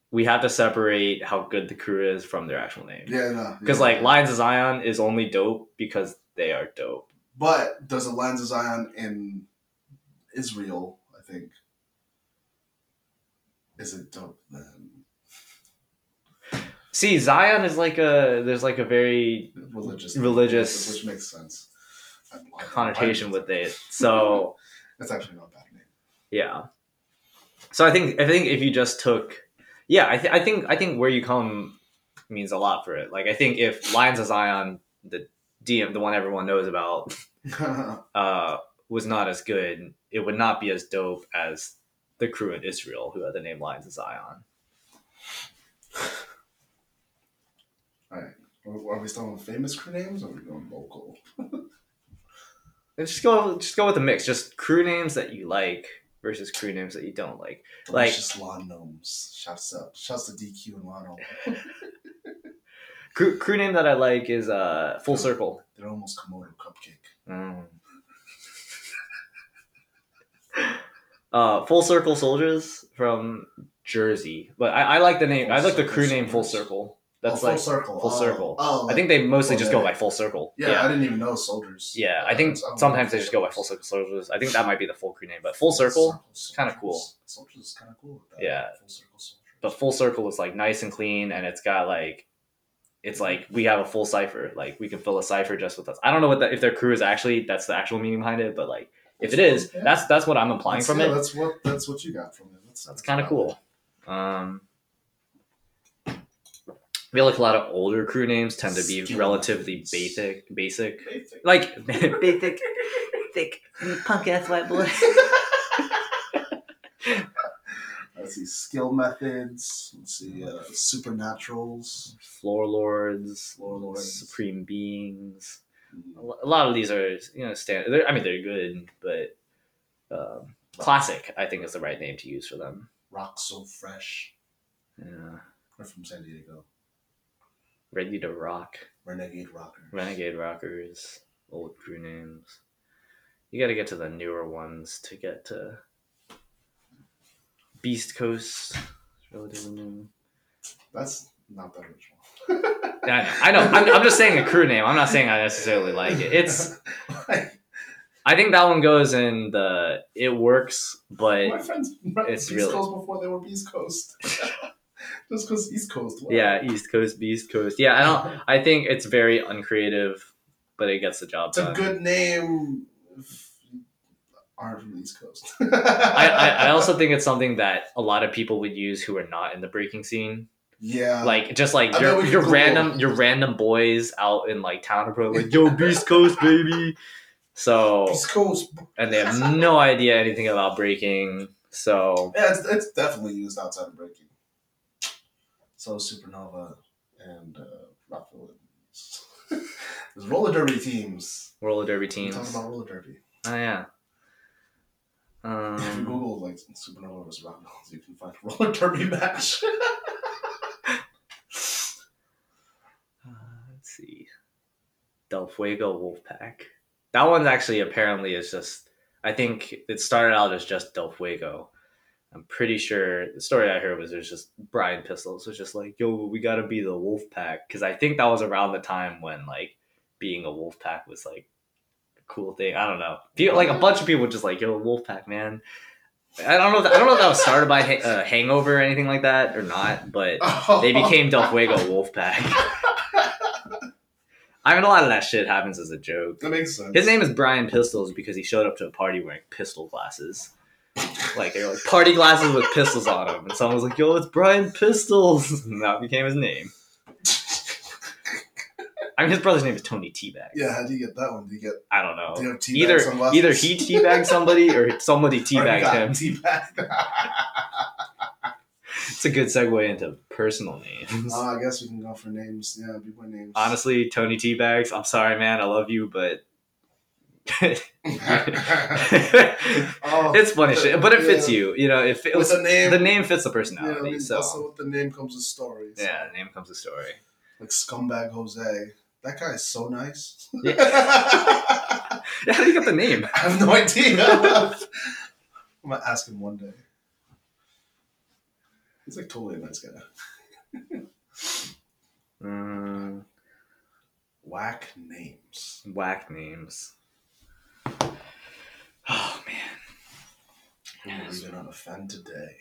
we have to separate how good the crew is from their actual name. Yeah, no. Because yeah. like Lions of Zion is only dope because they are dope. but there's a Lions of Zion in Israel, I think. Is it dope then? See, Zion is like a there's like a very Religious, Religious. which makes sense. I'm lying. connotation with it. So That's actually not a bad name. Yeah. So I think I think if you just took, yeah, I, th- I think I think where you come means a lot for it. Like I think if Lions of Zion, the DM, the one everyone knows about, uh, was not as good, it would not be as dope as the crew in Israel who had the name Lions of Zion. All right. Are are we still on famous crew names or are we going local? And just go just go with a mix, just crew names that you like versus crew names that you don't like. Like- Delicious lawn gnomes. Shouts up. Shouts to DQ and Lionel. Crew, crew name that I like is uh, Full Circle. They're almost Komodo cupcake. Mm. uh, Full Circle Soldiers from Jersey, but I, I like the name. Full I like the Circle crew name Full Soldiers. Circle. That's Oh, like full circle. full oh, circle. Oh, I think they mostly Full just go Circle. by Full Circle. Yeah, I didn't even know soldiers. Uh, Yeah, I think sometimes they just go by Full Circle Soldiers. I think that might be the full crew name, but Full Circle. It's kinda cool. Soldiers is kind of cool. With that. Yeah. Full circle soldiers. But Full Circle is like nice and clean, and it's got like, it's like we have a full cipher. Like we can fill a cipher just with us. I don't know what that if their crew is actually that's the actual meaning behind it, but like if it is, Yeah. that's that's what I'm implying That's- from yeah, it. That's what that's what you got from it. That's, That's kind of cool. Um, I feel like a lot of older crew names tend to be Skill relatively names. basic, basic, Basic. like basic, thick, punk ass white boy. Let's see skill methods. Let's see uh, supernaturals. Floor lords, Floor lords. supreme beings. A Mm, lo- a lot of these are, you know, standard. They're, I mean, they're good, but um, classic, I think, is the right name to use for them. Rock so fresh. Yeah. We're from San Diego. Ready to rock. Renegade rocker. Renegade Rockers, old crew names. You got to get to the newer ones to get to Beast Coast. Relatively new. That's not that original. Yeah, I know. I know. I'm, I'm just saying a crew name. I'm not saying I necessarily like it. It's. Like, I think that one goes in the. It works, but my friends were it's East really- Coast before they were East Coast. Just because East Coast. what? yeah, East Coast, Beast Coast. Yeah, I don't. I think it's very uncreative, but it gets the job It's a done. good name. If you aren't from the East Coast. I, I, I also think it's something that a lot of people would use who are not in the breaking scene. yeah. like just like I bet your we your could random Google. your random boys out in like town are probably like yo Beast Coast baby. So East Coast. and they have no idea anything about breaking. So Yeah, it's, it's definitely used outside of breaking. So Supernova and uh, Rock Villains. There's roller derby teams. roller derby We teams. talked Oh about roller derby. yeah, If you Um, Google like supernova versus rock balls, you can find a roller derby match. Uh, let's see. Del Fuego Wolfpack. That one's actually apparently is just. I think it started out as just Del Fuego. I'm pretty sure the story I heard was it was just Brian Pistols was just like, "Yo, we gotta be the Wolfpack," because I think that was around the time when like being a Wolfpack was like a cool thing. I don't know. People, like a bunch of people just like, "Yo, Wolfpack, man." I don't know. If, I don't know if that was started by ha- uh, Hangover or anything like that or not, but they became Del Fuego Wolfpack. I mean, a lot of that shit happens as a joke. That makes sense. His name is Brian Pistols because he showed up to a party wearing pistol glasses. Like, they were like party glasses with pistols on them. And someone was like, yo, it's Brian Pistols. And that became his name. I mean, his brother's name is Tony Teabag. Yeah, how do you get that one? Do you get I don't know. do you have teabag Oh, Either sunglasses? either he teabagged somebody or somebody Or you teabagged got him. Teabagged. It's a good segue into personal names. Uh, I guess we can go for names. Yeah, big boy names. Honestly, Tony Teabags, I'm sorry, man. I love you, but it's oh, funny shit, but it fits Yeah. you. You know, it fit, with the name. the name fits the you know, personality. so also with the name comes the stories. yeah, the name comes the story. Like scumbag Jose. That guy is so nice. Yeah. Yeah, how do you get the name? I have no idea. I'm gonna ask him one day. He's like totally a nice guy. Mm, Whack names. whack names. Oh man. Who are we gonna offend today?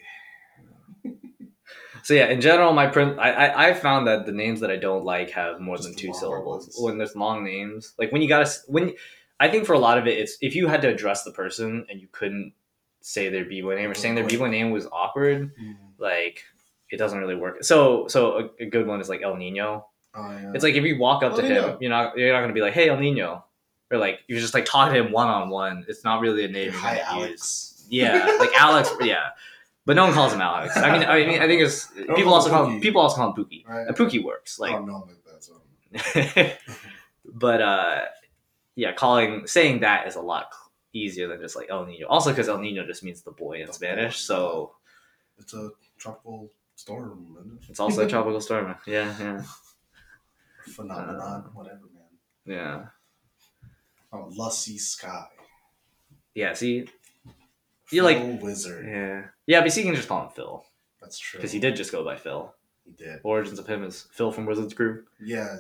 So yeah, in general, my print, I, I I found that the names that I don't like have more Just than the two longer syllables. ones. When there's long names, like when you gotta s- when I think for a lot of it, it's if you had to address the person and you couldn't say their B boy name or saying their B boy name was awkward, like it doesn't really work. So so a, a good one is like El Nino. Oh, yeah. It's like if you walk up to El him, Niño. you're not you're not gonna be like, hey El Nino, or like you're just like talking to him one on one. It's not really a name. you're hi gonna use. Alex. Yeah, like Alex. Yeah, but no one calls him Alex. I mean, I mean, I think it's people also call him, people also call him Pookie. Right. And Pookie works, I like, don't know um, him like that. So. Oh. but uh, yeah, calling saying that is a lot cl- easier than just like El Nino. Also, because El Nino just means the boy in The Spanish, boy. so It's a tropical storm. Isn't it? it's also a tropical storm. Yeah, yeah, phenomenon, Uh, whatever, man. yeah, Oh, Lussy Sky. yeah. See, You like- Phil Wizard. yeah, Mm. yeah. But see, you can just call him Phil That's true. because he did just go by Phil. He did. Origins of him is Phil from Wizards Group. Yeah.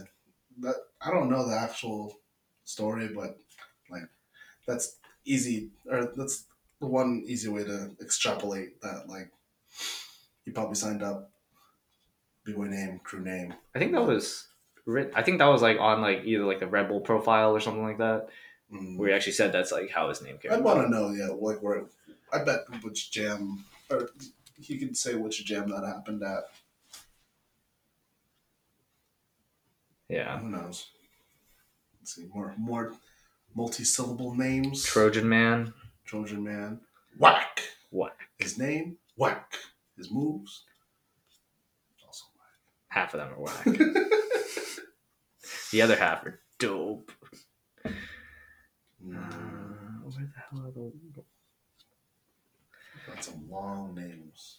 That I don't know the actual story, but like that's easy or that's the one easy way to extrapolate that like he probably signed up B boy name, crew name. I think that was writ I think that was like on like either like the Red Bull profile or something like that, Mm. where he actually said that's like how his name came. I'd about. want to know, yeah, like where. I bet which jam, or he could say which jam that happened at. Yeah, Who knows? Let's see more more multi-syllable names. Trojan Man. Trojan man. Whack. What? His name. Whack. His moves. Also Half of them are whack. whack. the other half are dope. Uh, Mm, where the hell are the? That's some long names.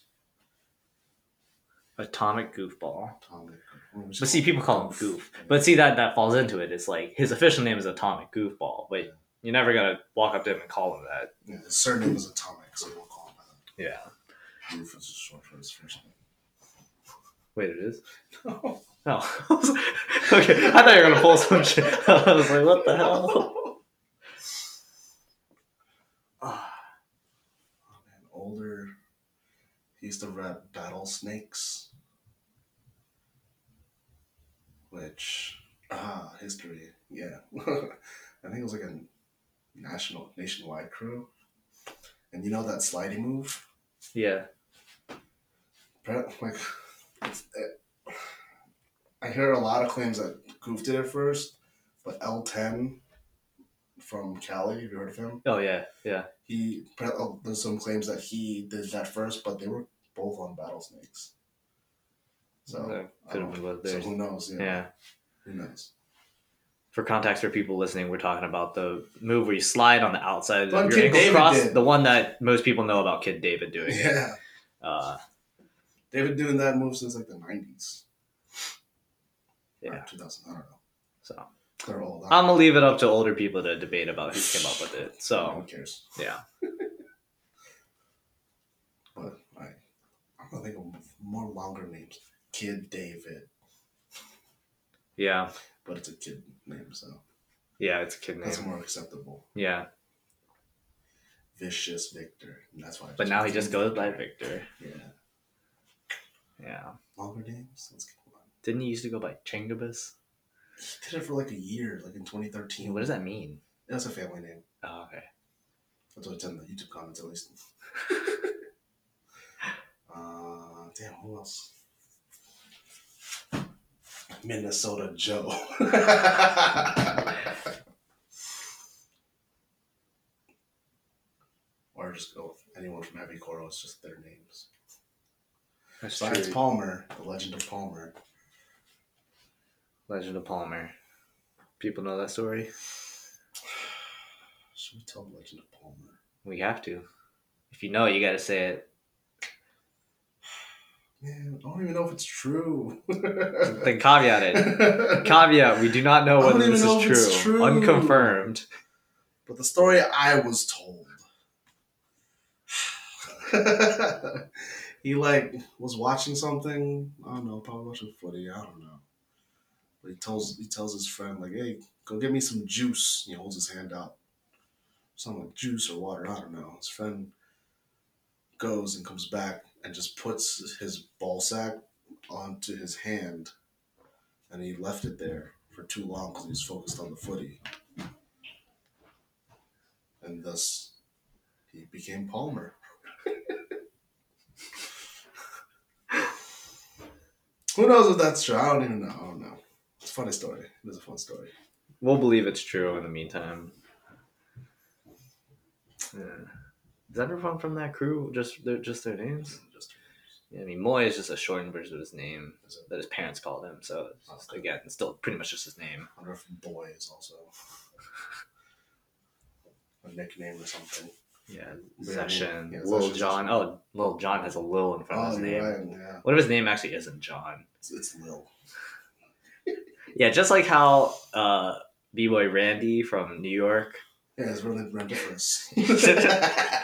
Atomic Goofball. Atomic. What was it But see, called? people call him Goof. But see that that falls into it. It's like his official name is Atomic Goofball, but you're never gonna walk up to him and call him that. yeah, his surname is Atomic, so we'll call him that. Yeah. Goof is short for his first name. Wait, it is. No. Oh, okay. I thought you were gonna pull some shit. I was like, what the hell? Ah. Oh, man, older. He used to rap Battle Snakes. Which, ah, history, yeah. I think it was like a national, nationwide crew. And you know that sliding move? Yeah. Appar- Like, it's, it, I hear a lot of claims that Goof did it first, but L10 from Cali, have you heard of him? Oh yeah. Yeah. he oh, there's some claims that he did that first, but they were both on Battlesnakes. So That I could don't have know. been both So theirs. who knows? Yeah, Yeah. who knows? for context for people listening, we're talking about the move where you slide on the outside One of Kid your ankle David cross, did. the one that most people know about Kid David doing. it. Yeah, Uh, they've been doing that move since like the nineties. Yeah. two thousand. I don't know. so They're all. I'm gonna leave it up to older people to debate about who came up with it. who So cares? yeah, But I, I'm gonna think of more longer names. Kid David, yeah, but it's a kid name, so yeah. It's a kid that's name. more acceptable. Yeah, Vicious Victor. And that's why. I but now he went just Kid goes by Victor. Yeah, Yeah. longer names. Let's get one. Didn't he used to go by Chingabus? He did it for like a year, like in 2013. What does that mean? That's a family name. Oh, okay. That's what it's in the YouTube comments, at least. uh, damn, who else? Minnesota Joe. or just go with anyone from Heavy Coral. It's just their names. That's Besides Palmer, the legend of Palmer. Legend of Palmer. People know that story. Should we tell the legend of Palmer? We have to. If you know it, you got to say it. Man, I don't even know if it's true. Then caveat it. Caveat: We do not know I don't whether even this know is if it's true. true. Unconfirmed. But the story I was told, he like was watching something. I don't know, probably watching footy. I don't know. But he tells he tells his friend like, "Hey, go get me some juice." He holds his hand out, something like juice or water. I don't know. His friend goes and comes back and just puts his ball sack onto his hand, and he left it there for too long because he was focused on the footy and thus he became Palmer. Who knows if that's true? I don't even know. I don't know. It's a funny story. It is a fun story. We'll believe it's true in the meantime. Yeah. Is everyone from that crew just their just their names? Just- Yeah, I mean, Moy is just a shortened version of his name is it- that his parents called him. So it's just, again, it's still pretty much just his name. I wonder if boy is also a nickname or something. Yeah, Yeah, Session, yeah, Lil Session's John. Oh, Lil John has a Lil in front of Oh, his name. you're right. Yeah. What if his name actually isn't John? It's, it's Lil. Yeah, just like how uh, B Boy Randy from New York. Yeah, it's really ridiculous.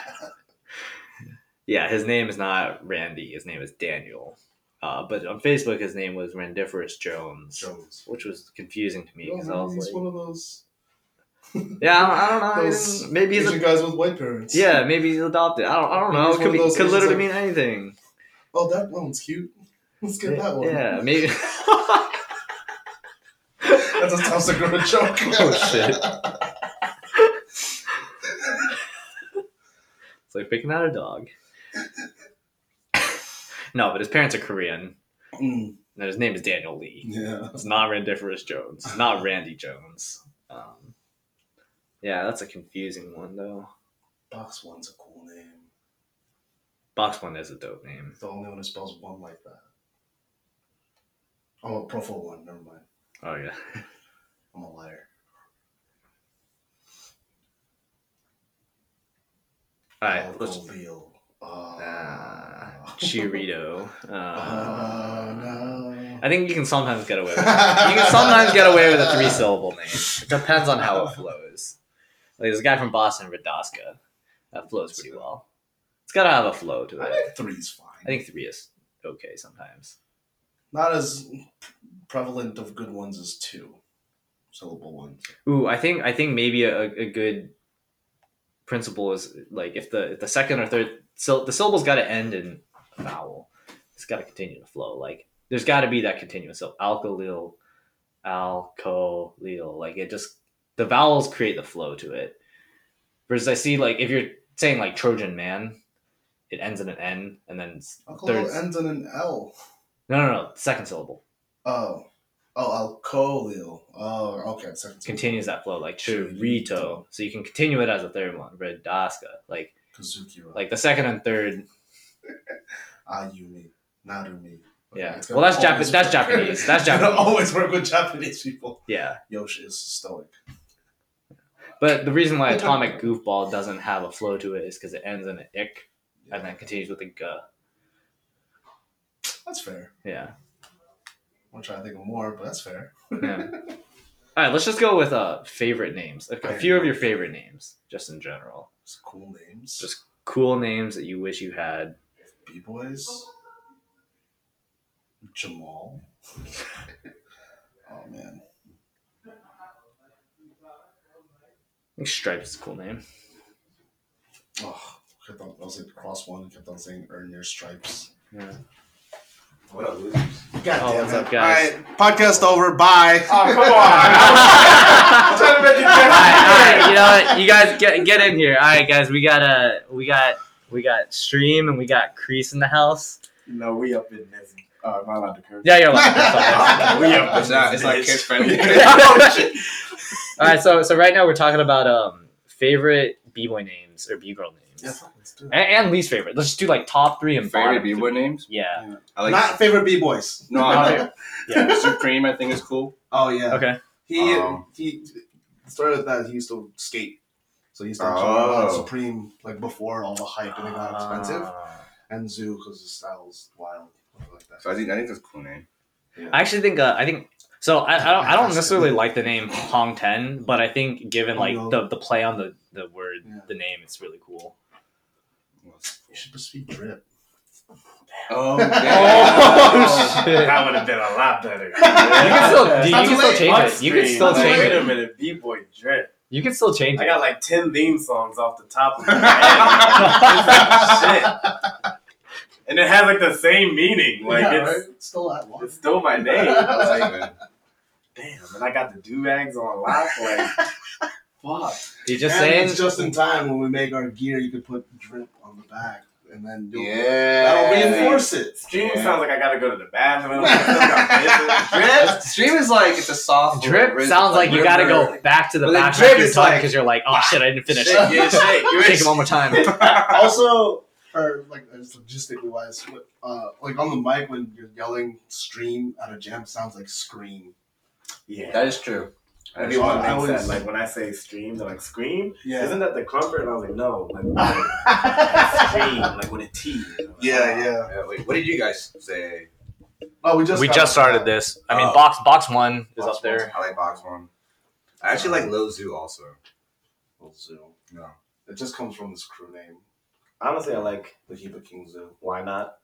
Yeah, his name is not Randy. His name is Daniel. Uh, but on Facebook, his name was Randiferous Jones, Jones. which was confusing to me because I he's was like, one of those yeah, I don't, I don't know. I those didn't- Maybe he's Asian a, guys with white parents. yeah, maybe he's adopted. I don't, I don't know. He's It one could of be those could Asians literally like- mean anything. Oh, that one's cute. Let's get that one. Yeah, maybe. That's a Tom Segura joke. oh shit. it's like picking out a dog. no, but his parents are Korean. Mm, And his name is Daniel Lee. yeah. It's not Randiferous Jones. It's not Randy Jones. Um, yeah, that's a confusing one though. Box One's a cool name. Box One is a dope name. It's the only one who spells one like that. Oh, a Profo One. Never mind. Oh yeah. I'm a liar. All right, let's. Alcohol. Oh, Uh, Ah. Chirito. Uh, Oh, no. I think you can sometimes get away with it. You can sometimes get away with a three syllable name. It depends on how it flows. Like this guy from Boston, Radoska, that flows pretty well. It's gotta have a flow to I it. think three's fine. I think three is okay sometimes. Not as prevalent of good ones as two syllable ones. Ooh, I think I think maybe a, a good principle is like if the if the second or third syl- the syllable's got to end in a vowel. It's got to continue to flow. Like there's got to be that continuous. So alkalil, alkolil. Like it just the vowels create the flow to it. Whereas I see like if you're saying like Trojan man, it ends in an N and then it's- Alcohol There's- ends in an L. no no no second syllable Oh. Oh, alcoholil. Oh, okay. Second continues that flow like chirito. So you can continue it as a third one. Redaska like. Kazuki. Ah, like the second and third Ayumi, Narumi, But Yeah. it's Well, that's gonna Jap- always that's work- Japanese. That's it's gonna Japanese. Always work with Japanese people. Yeah, Yosh is stoic. but the reason why Atomic Goofball doesn't have a flow to it is because it ends in an ick and then continues with a guh. That's fair. Yeah. I'm trying to think of more, but that's fair. yeah. All right, let's just go with uh favorite names. A, a few of your favorite names, just in general. It's cool names. Just cool names that you wish you had. B boys. Jamal. oh man. I think Stripes is a cool name. Oh, kept on, I was like cross one. Kept on saying earn your stripes. Yeah. What up, losers? God Oh, damn what's it. up, guys? All right, podcast over. Bye. Oh, come on. I'm trying to make you All right, get you know what? You guys get get in here. All right, guys, we got a we got we got stream and we got Crease in the house. No, we up in this. Uh, am I allowed to curse? Yeah, you're like. that's all right. we up in It's not- this it's not bitch. kid friendly. Oh, shit. All right, so so right now we're talking about um favorite b boy names or b girl names Yeah, fuck, let's do it. and, and least favorite. Let's just do like top three and favorite bottom b three. names? Yeah. I like Not favorite b boys. no, Not I favorite. like Supreme. I think is cool. Oh yeah. Okay. He Um, he started with that. He used to skate, so he used to actually Oh. ride Supreme like before all the hype and it Ah. got Uh, expensive. And Zoo because his style's wild, whatever like that. So I think I think that's a cool name. I actually think uh, I think so. I, I don't I don't necessarily like the name Hong Ten, but I think given like the, the play on the the word Yeah. the name, it's really cool. Well, it's You should just be drip. cool. Oh, Oh, shit. That would have been a lot better. You can still, It's dude, not you can too still late. change it. You can still It's not change Wait a it. minute, B boy drip. You can still change I it. got like ten theme songs off the top of my head. Shit. And it has like the same meaning. Like yeah, it's right? still at one. it's still my name. I was like, man. damn, and I got the do rags on lock. Like, fuck. You're just and saying. it's just in time when we make our gear. You could put drip on the back, and then do yeah. that'll reinforce it. Stream Yeah. sounds like I gotta go to the bathroom. I still got business. Drip. Stream is like it's a soft Drip rhythm, sounds like you gotta go back to the But then back drip after you're is done like- because you're like, oh shit, I didn't finish. Shake, yeah, shake. You Take it ain't one more time. also, or like as logistically wise, what- uh, like on the mic when you're yelling "stream" at a jam sounds like "scream." Yeah. That is true. That is Everyone true. I thinks always- that, like, when I say stream, they're like, scream? Yeah, Isn't that the comfort? And I was like, no, like, like, yeah, stream, like with a T. yeah. Yeah, Uh, wait, what did you guys say? Oh, we just We got just off started that. this. I mean, Oh. box box one is Box up there. One. I like box one. I actually like Lil Zoo also. Little Zoo. No. It just comes from this crew name, Honestly, I like, the Kiba King Zoo. why not?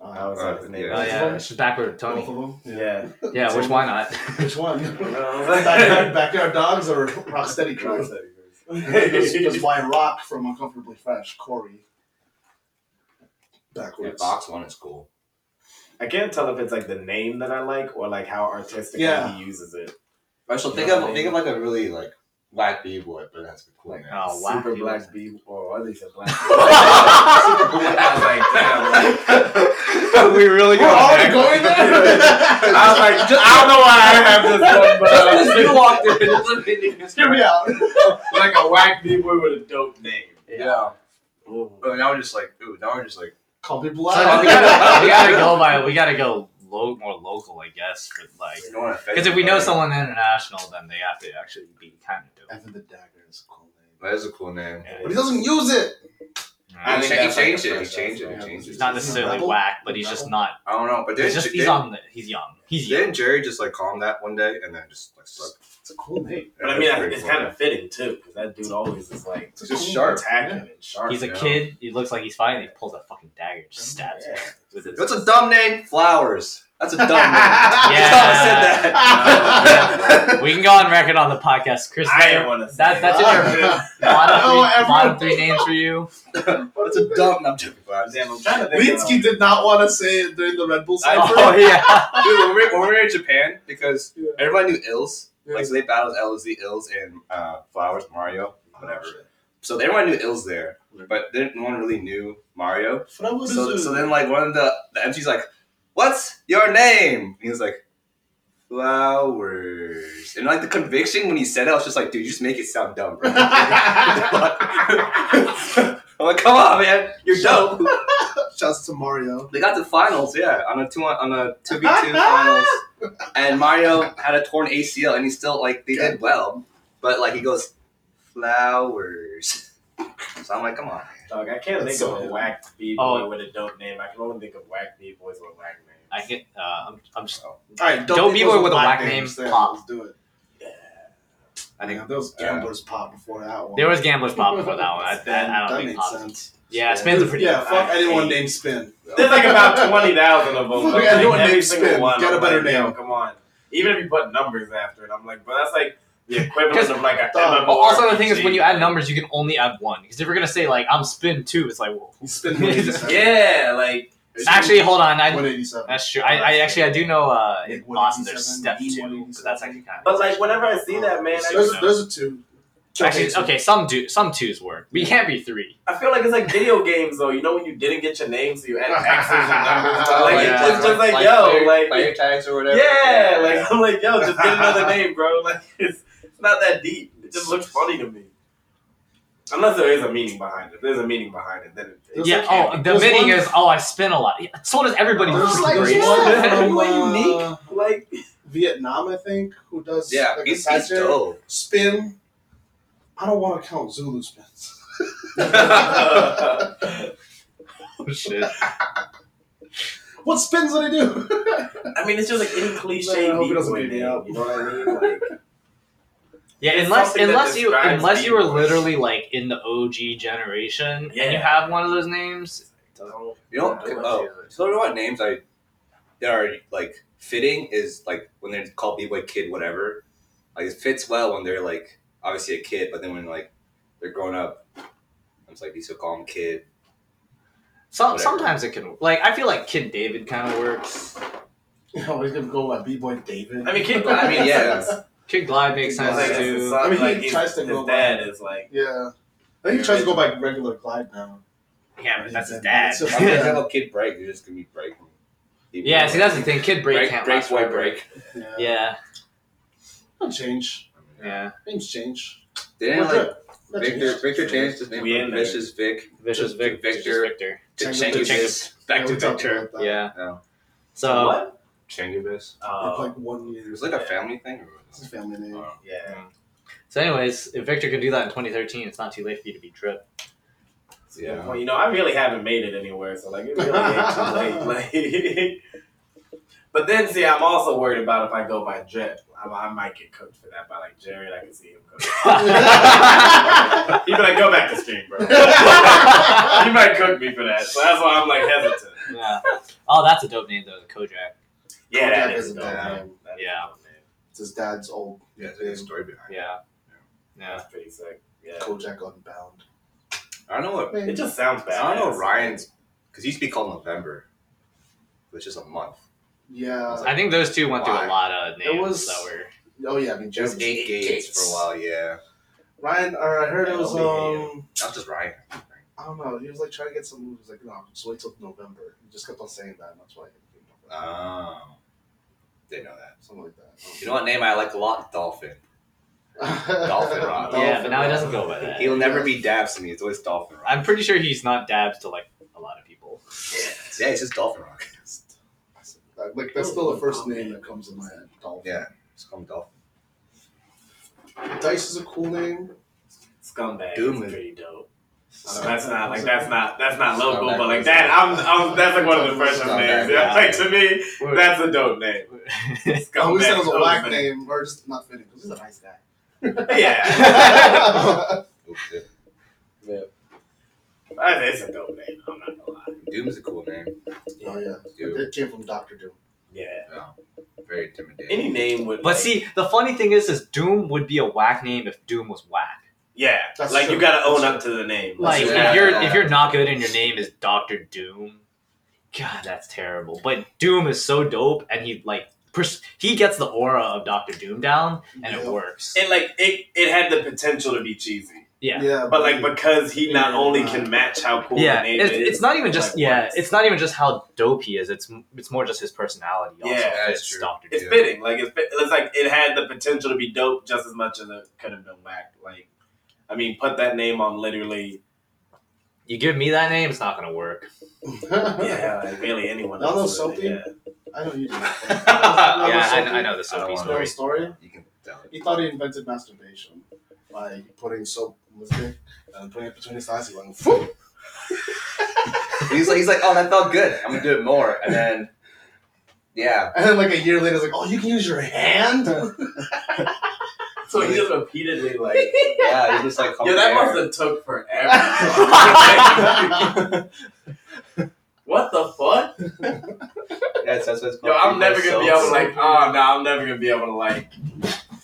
Uh, I always like his name. Oh, Oh yeah, it's just backward both Tony. of them. Yeah. Yeah, which why not? Which one? You know backyard, what I'm saying? backyard dogs or Rocksteady Crew? That's that's why Rock from Uncomfortably Fresh, Corey. Yeah, Backwards. box one is cool. I can't tell if it's like the name that I like or like how artistically Yeah. he uses it. Marshall, You think know what of I think of mean? like a really like black b boy, but that's a cool name. Oh Super wow. black B, or at least a black. oh. I was like, damn. Like, we really We're already go. going there? I was like, I don't know why I have this one, but Just you walked in. Just Hear me out. like a whack B boy with a dope name. Yeah. But now we're just like, ooh, now we're just like, Call me we, gotta, we gotta go by. We gotta go lo- more local, I guess. But like, you don't want to because if we know someone international, then they have to actually be kind of dope. Evan the Dagger is a cool name. That is a cool name. But he doesn't use it. I Mm. think think he that's like a changed it. He franchise. changed it. Yeah. He changed He's it. not necessarily Rebel? whack, but he's just not. I don't know, but He's didn't, just he's didn't, on the. He's young. He's didn't young. Jerry just like call him that one day and then just like stuck? It's a cool name. But I mean, I think it's kind of fitting too, because that dude always is like It's a just cool sharp. attacking and sharp. He's a Yeah. kid. He looks like he's fighting. He pulls a fucking dagger, just stabs him Yeah. with his. That's a dumb name. Flowers. That's a dumb name. Yeah. Tom said that. We can go on record on the podcast, Chris. I didn't want to. That- that's in your- bottom, three, Oh, everyone- bottom three names for you. That's a dumb. I'm joking. Flowers. Damn, I'm trying to think. Leedsky did not want to say it during the Red Bull I- cycle. Oh yeah. Dude, when we, were, when we were in Japan, because Yeah. everyone knew Ills, Yeah. like so they battled LZ Ills and uh, Flowers Mario, whatever. So everyone knew Ills there, but then no one really knew Mario. But I was So, so then like one of the the MC's like, "What's your name?" And he was like, "Flowers." And like the conviction when he said it, I was just like, "Dude, you just make it sound dumb, bro." I I'm like, come on, man, you're dope. Shouts to Mario. They got to finals, yeah, on a two on a two v two finals, and Mario had a torn ACL, and he still like they did well, but like he goes flowers. So I'm like, come on, Dog, I can't That's think of so- a whack b boy Oh. with a dope name. I can only think of whack b boys with whack names. I get. Uh, I'm, I'm just. All right, Dope B-boy people's with a whack names. name, There, Pop. Let's do it. I think yeah, there was gamblers pop before that one. There was gamblers pop before that one. I, that, I that don't think made pop. sense. Yeah, spins a pretty. Yeah, fuck I anyone hate- named Spin. There's like about twenty thousand of them. Look, but, I know like, a every name single spin. one. Get a I'm better like, yo, name. Come on. Even if you put numbers after it, I'm like, but that's like the equivalent 'Cause- of like a Dog. MMORPG. Well, also, the thing is, when you add numbers, you can only add one. Because if you're gonna say like I'm spin two, it's like well, He's Spin 187. yeah, like actually hold on. I 187. that's true. I, I actually I do know uh, in Like, what, Boston there's 87, step two, E187? but that's actually kind of. But like, whenever I see that man, I, there's, just- there's a two. Actually, okay, some do some twos work. We can't be three. I feel like it's like video games though. You know when you didn't get your name, so you add X's and numbers. dog. Like Yeah. it's just Oh, like, yo, like player tags or whatever. yeah, like I'm like yo, just get another name, bro. Like it's it's not that deep. It just looks funny to me. Unless there is a meaning behind it. If There's a meaning behind it. Then it, There's yeah. like- Oh, the there's meaning one- is oh I spin a lot. Yeah, so does everybody. There's It's like great. one from Everyone uh, unique. like Vietnam, I think, who does yeah, like, he's, a he's side chair. dope. spin. I don't want to count Zulu spins. Oh, shit. what spins do they do? I mean, it's just like any cliche Man, I hope it B-boy doesn't beat name. me You know up. what I mean? Like, Yeah, It's unless something that unless you describes unless you were B-boys. literally like in the OG generation and you Yeah. have one of those names. don't You know, oh, so you know what names I that are like fitting is like when they're called b boy kid whatever. Like it fits well when they're like obviously a kid, but then when like they're grown up, I'm just like you still call them kid. Some, Whatever. sometimes it can like I feel like Kid David kind of works. You know, Oh, he's gonna go like B boy David. I mean, Kid I mean, yeah, Kid Glide makes sense Glide. too. I mean, he like, his- tries to his go dad by- is like, yeah. I think he tries to go by regular Glide now. Yeah, but that's his It's just- I'm gonna dad. have a kid break. You're just gonna be break. yeah, see that's the thing. Kid Break, break can't break last boy forever. break. Yeah. Yeah, Don't change. yeah. Names change. Didn't We're like good. That Victor changed. Victor changed his name We from in there. Vicious Vic Vicious Vic, Victor. Vicious Victor. to Change it to Chengivus. Back Yeah, to we talked Victor. about that. Yeah. No, So what? Chengivus. It's Oh, like one It year. was like a family thing. Or what? It's a family name. Oh. yeah. so anyways, if Victor could do that in 2013, it's not too late for you to be drip. Yeah. Well, you know, I really haven't made it anywhere, so like, it really ain't too late. Like, but then, see, I'm also worried about if I go by Jet, I, I might get cooked for that by like Jared. I can see him cooked. He'd be like, "Go back to stream, bro." yeah. He might cook me for that, so that's why I'm like hesitant. Oh, that's a dope name though, the Kojak. Yeah, Jack that is is a dope. bad man. name. That is Yeah. a dope name. It's his dad's old Yeah, name. there's a story behind. it. Yeah. Yeah. That's pretty sick. Yeah. Kojak Unbound. I don't know what It just sounds bad. I don't know Ryan's because he used to be called November, which is a month. Yeah. I think those two went Why? through a lot of names It was- that were. Oh yeah. I mean, Just Jared's eight gates, for a while. Yeah, Ryan, or I heard it Yeah, was it'll be um, that was just Ryan. I don't know. He was like trying to get some. He was like, no, just wait till November. He just kept on saying that, and that's why. He didn't know that. Oh, didn't know that. Something like that. You know what name I like a lot? Dolphin. Dolphin Rock. Yeah, but now he Rock. doesn't go by that. He'll never be Dabs to me. It's always Dolphin Rock. I'm pretty sure he's not dabs to like a lot of people. yeah, it's just Dolphin Rock. Like, Like that's still the first name that comes to my head. Dolphin. Yeah, just call him Dolphin. Dice is a cool name. Scumbag Doom is it. pretty dope. I mean, that's not like that's not that's not Scumbag local, but like is- that I'm, I'm that's like one of the freshest Scumbag names. is- Yeah, like to me, that's a dope name. I always said it was a Scumbag whack dope name, or just not fitting because he's a nice guy. Yeah, I Oops, it- That is a dope name. I'm not gonna lie. Doom is a cool name. Oh, yeah. Doom. It came from Doctor Doom. Yeah, No, Oh, very intimidating. any name would. But like- see, the funny thing is, is Doom would be a whack name if Doom was whack. yeah, That's like true. you gotta own That's up to the name. Like Yeah. if you're if you're not good and your name is Doctor Doom, God, that's terrible. But Doom is so dope, and he like pers- he gets the aura of Doctor Doom down, and Yeah. it works. and like it, it had the potential to be cheesy, Yeah. yeah but like because he not Yeah. only can match how cool yeah, the name it's, is, it's not even just like, yeah, works. it's not even just how dope he is. It's it's more just his personality. Also Yeah, that's fits true. Doctor it's Doom. fitting. Like it's, fit- it's like it had the potential to be dope just as much as it could have been whack. Like, I mean, put that name on literally You give me that name, it's not gonna work. Yeah, like really uh, anyone. Y'all know else would, something? yeah. I know you do. yeah, I, I know the I don't soapy wanna- story. Story. story. You can tell. He thought he invented masturbation by putting soap in his dick and putting it between his thighs. He went, "Phew." He's like, he's like, oh, that felt good. I'm gonna do it more, and then, yeah, and then like a year later, he's like, "Oh, you can use your hand." Uh, So he just repeatedly like. yeah. He's just like, yeah, that compare. must have took forever. what the fuck? Yeah, that's, that's what it's Yo, called. I'm never People gonna be sell- able to like. Oh no, I'm never gonna be able to like.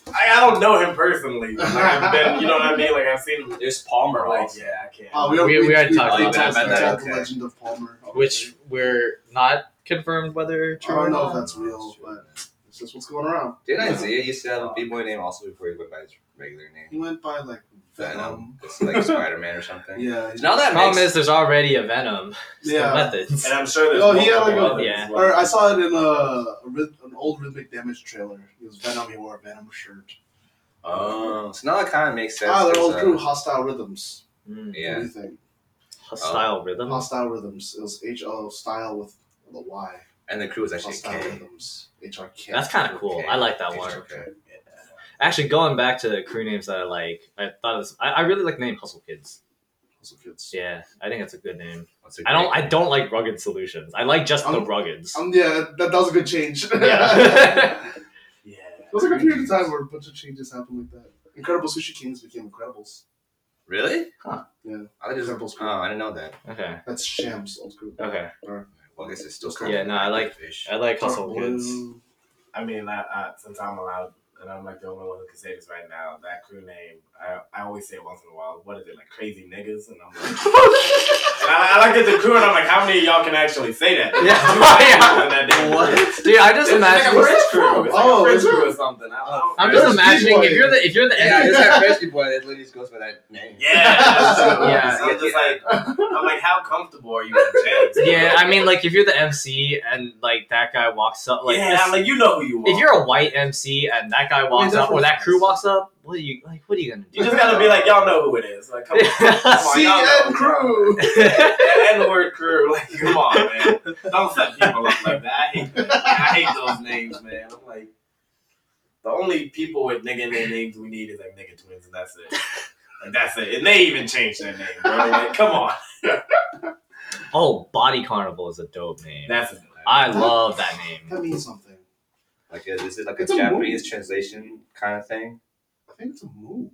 I, I don't know him personally. Like, I've been, you know what I mean? Like I've seen him. There's Palmer. Like also. yeah, I can't. Uh, We- we already talked about that, talked about that, the okay. legend of Palmer, Which Oh, we're not confirmed whether I true or don't know not. if that's real, but it's just what's going around. Didn't Isaiah used to have a b-boy name also before he went by his regular name? He went by like Venom. Venom. It's like Spider-Man or something. Yeah, he's- Now that Problem makes is, there's already a Venom. It's the Yeah. methods. And I'm sure there's. Oh, he had, multiple like, a- others. yeah. Or I saw it in a, a ryth- an old Rhythmic Damage trailer. He was Venom. He wore a Venom shirt. Oh, so now it kind of makes sense. ah, their There's old a- crew, Hostile Rhythms. Mm. What do Yeah, you think? Hostile rhythm. Hostile Rhythms. It was H O style with the Y. and the crew was actually Hostile K. Rhythms. H R K. That's kind of cool. I like that one. Actually, going back to the crew names that I like, I thought it was, I, I really like the name Hustle Kids. Those are kids. Yeah, I think that's a good name. I don't. I don't like rugged solutions. I like just the Um, ruggeds. Um, yeah, that, that was a good change. Yeah. Yeah. It was like a period of time where a bunch of changes happened like that. Incredible Sushi Kings became Incredibles. Really? Huh. Yeah. I just, Temple oh, School. I didn't know that. okay. That's Sham's old group. Okay. Well, I guess it's still Yeah, no, I like- fish. I like Dark hustle kids. Blue. I mean, I, I, since I'm allowed, and I'm like the only one who can say this right now, that crew name, I, I always say it once in a while, what is it, like crazy niggas? And I'm like, and I, I look at the crew and I'm like, how many of y'all can actually say that? Yeah. Yeah. What? Dude, I just It's like a imagine. French crew. It's like Oh, a French is it? crew or something. I, I don't, I'm There's just a imagining if G-boy. you're the if you're the Yeah, end. there's that French boy that literally goes by that name. yeah, that's true. Yeah, So I'm yeah, just like, I'm like, how comfortable are you with jams? Yeah, I mean, like if you're the MC and like that guy walks up, like yeah, I'm like, you know who you are. if you're a white MC and that guy walks up or that difference. crew walks up, what are you like? What are you gonna you do? just gotta be like, y'all know who it is. Like, come on, come on y'all know. CN crew. that N word crew. Like, come on, man. Don't set people up like that. I hate, I hate those names, man. I'm like, the only people with nigga in their names we need is like nigga twins, and that's it. Like, that's it. And they even changed their name, bro. Like, come on. oh, Body Carnival is a dope name. That's it. I love that name. That means something. Like, a, is it like a It's a Japanese translation kind of thing? I think it's a move.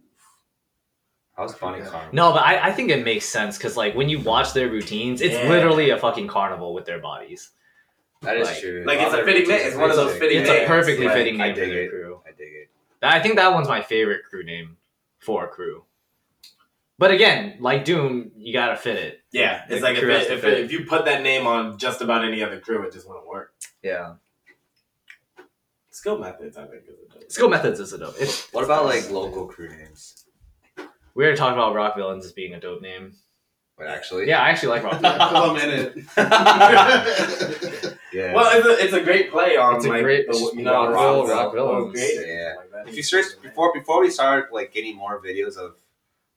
How's Bonnie Yeah. Carmen? No, but I, I think it makes sense because like when you watch their routines, it's Yeah. literally a fucking carnival with their bodies. that is like- true. like, it's All a their fitting routines name. It's are one of those basic. fitting It's a names. perfectly Like, fitting I name for dig their it. crew. I dig it. I think that one's my favorite crew name for a crew. But again, like Doom, you gotta fit it. Yeah, it's Like, like, if, crew has it, to if, fit. it, if you put that name on just about any other crew, it just wouldn't work. Yeah. Skill methods, I think, is a dope. Skill methods is a dope. It's, What about like local crew names? we already talked about Rock Villains as being a dope name. But actually, Yeah, I actually like Rock Yeah, Villains. 'cause I'm in it. yeah. Well, it's a, it's a great play on It's a like great- the, you Rock know Will, Rock Rock Will. Great. Yeah. Like that. if you search before before we started like getting more videos of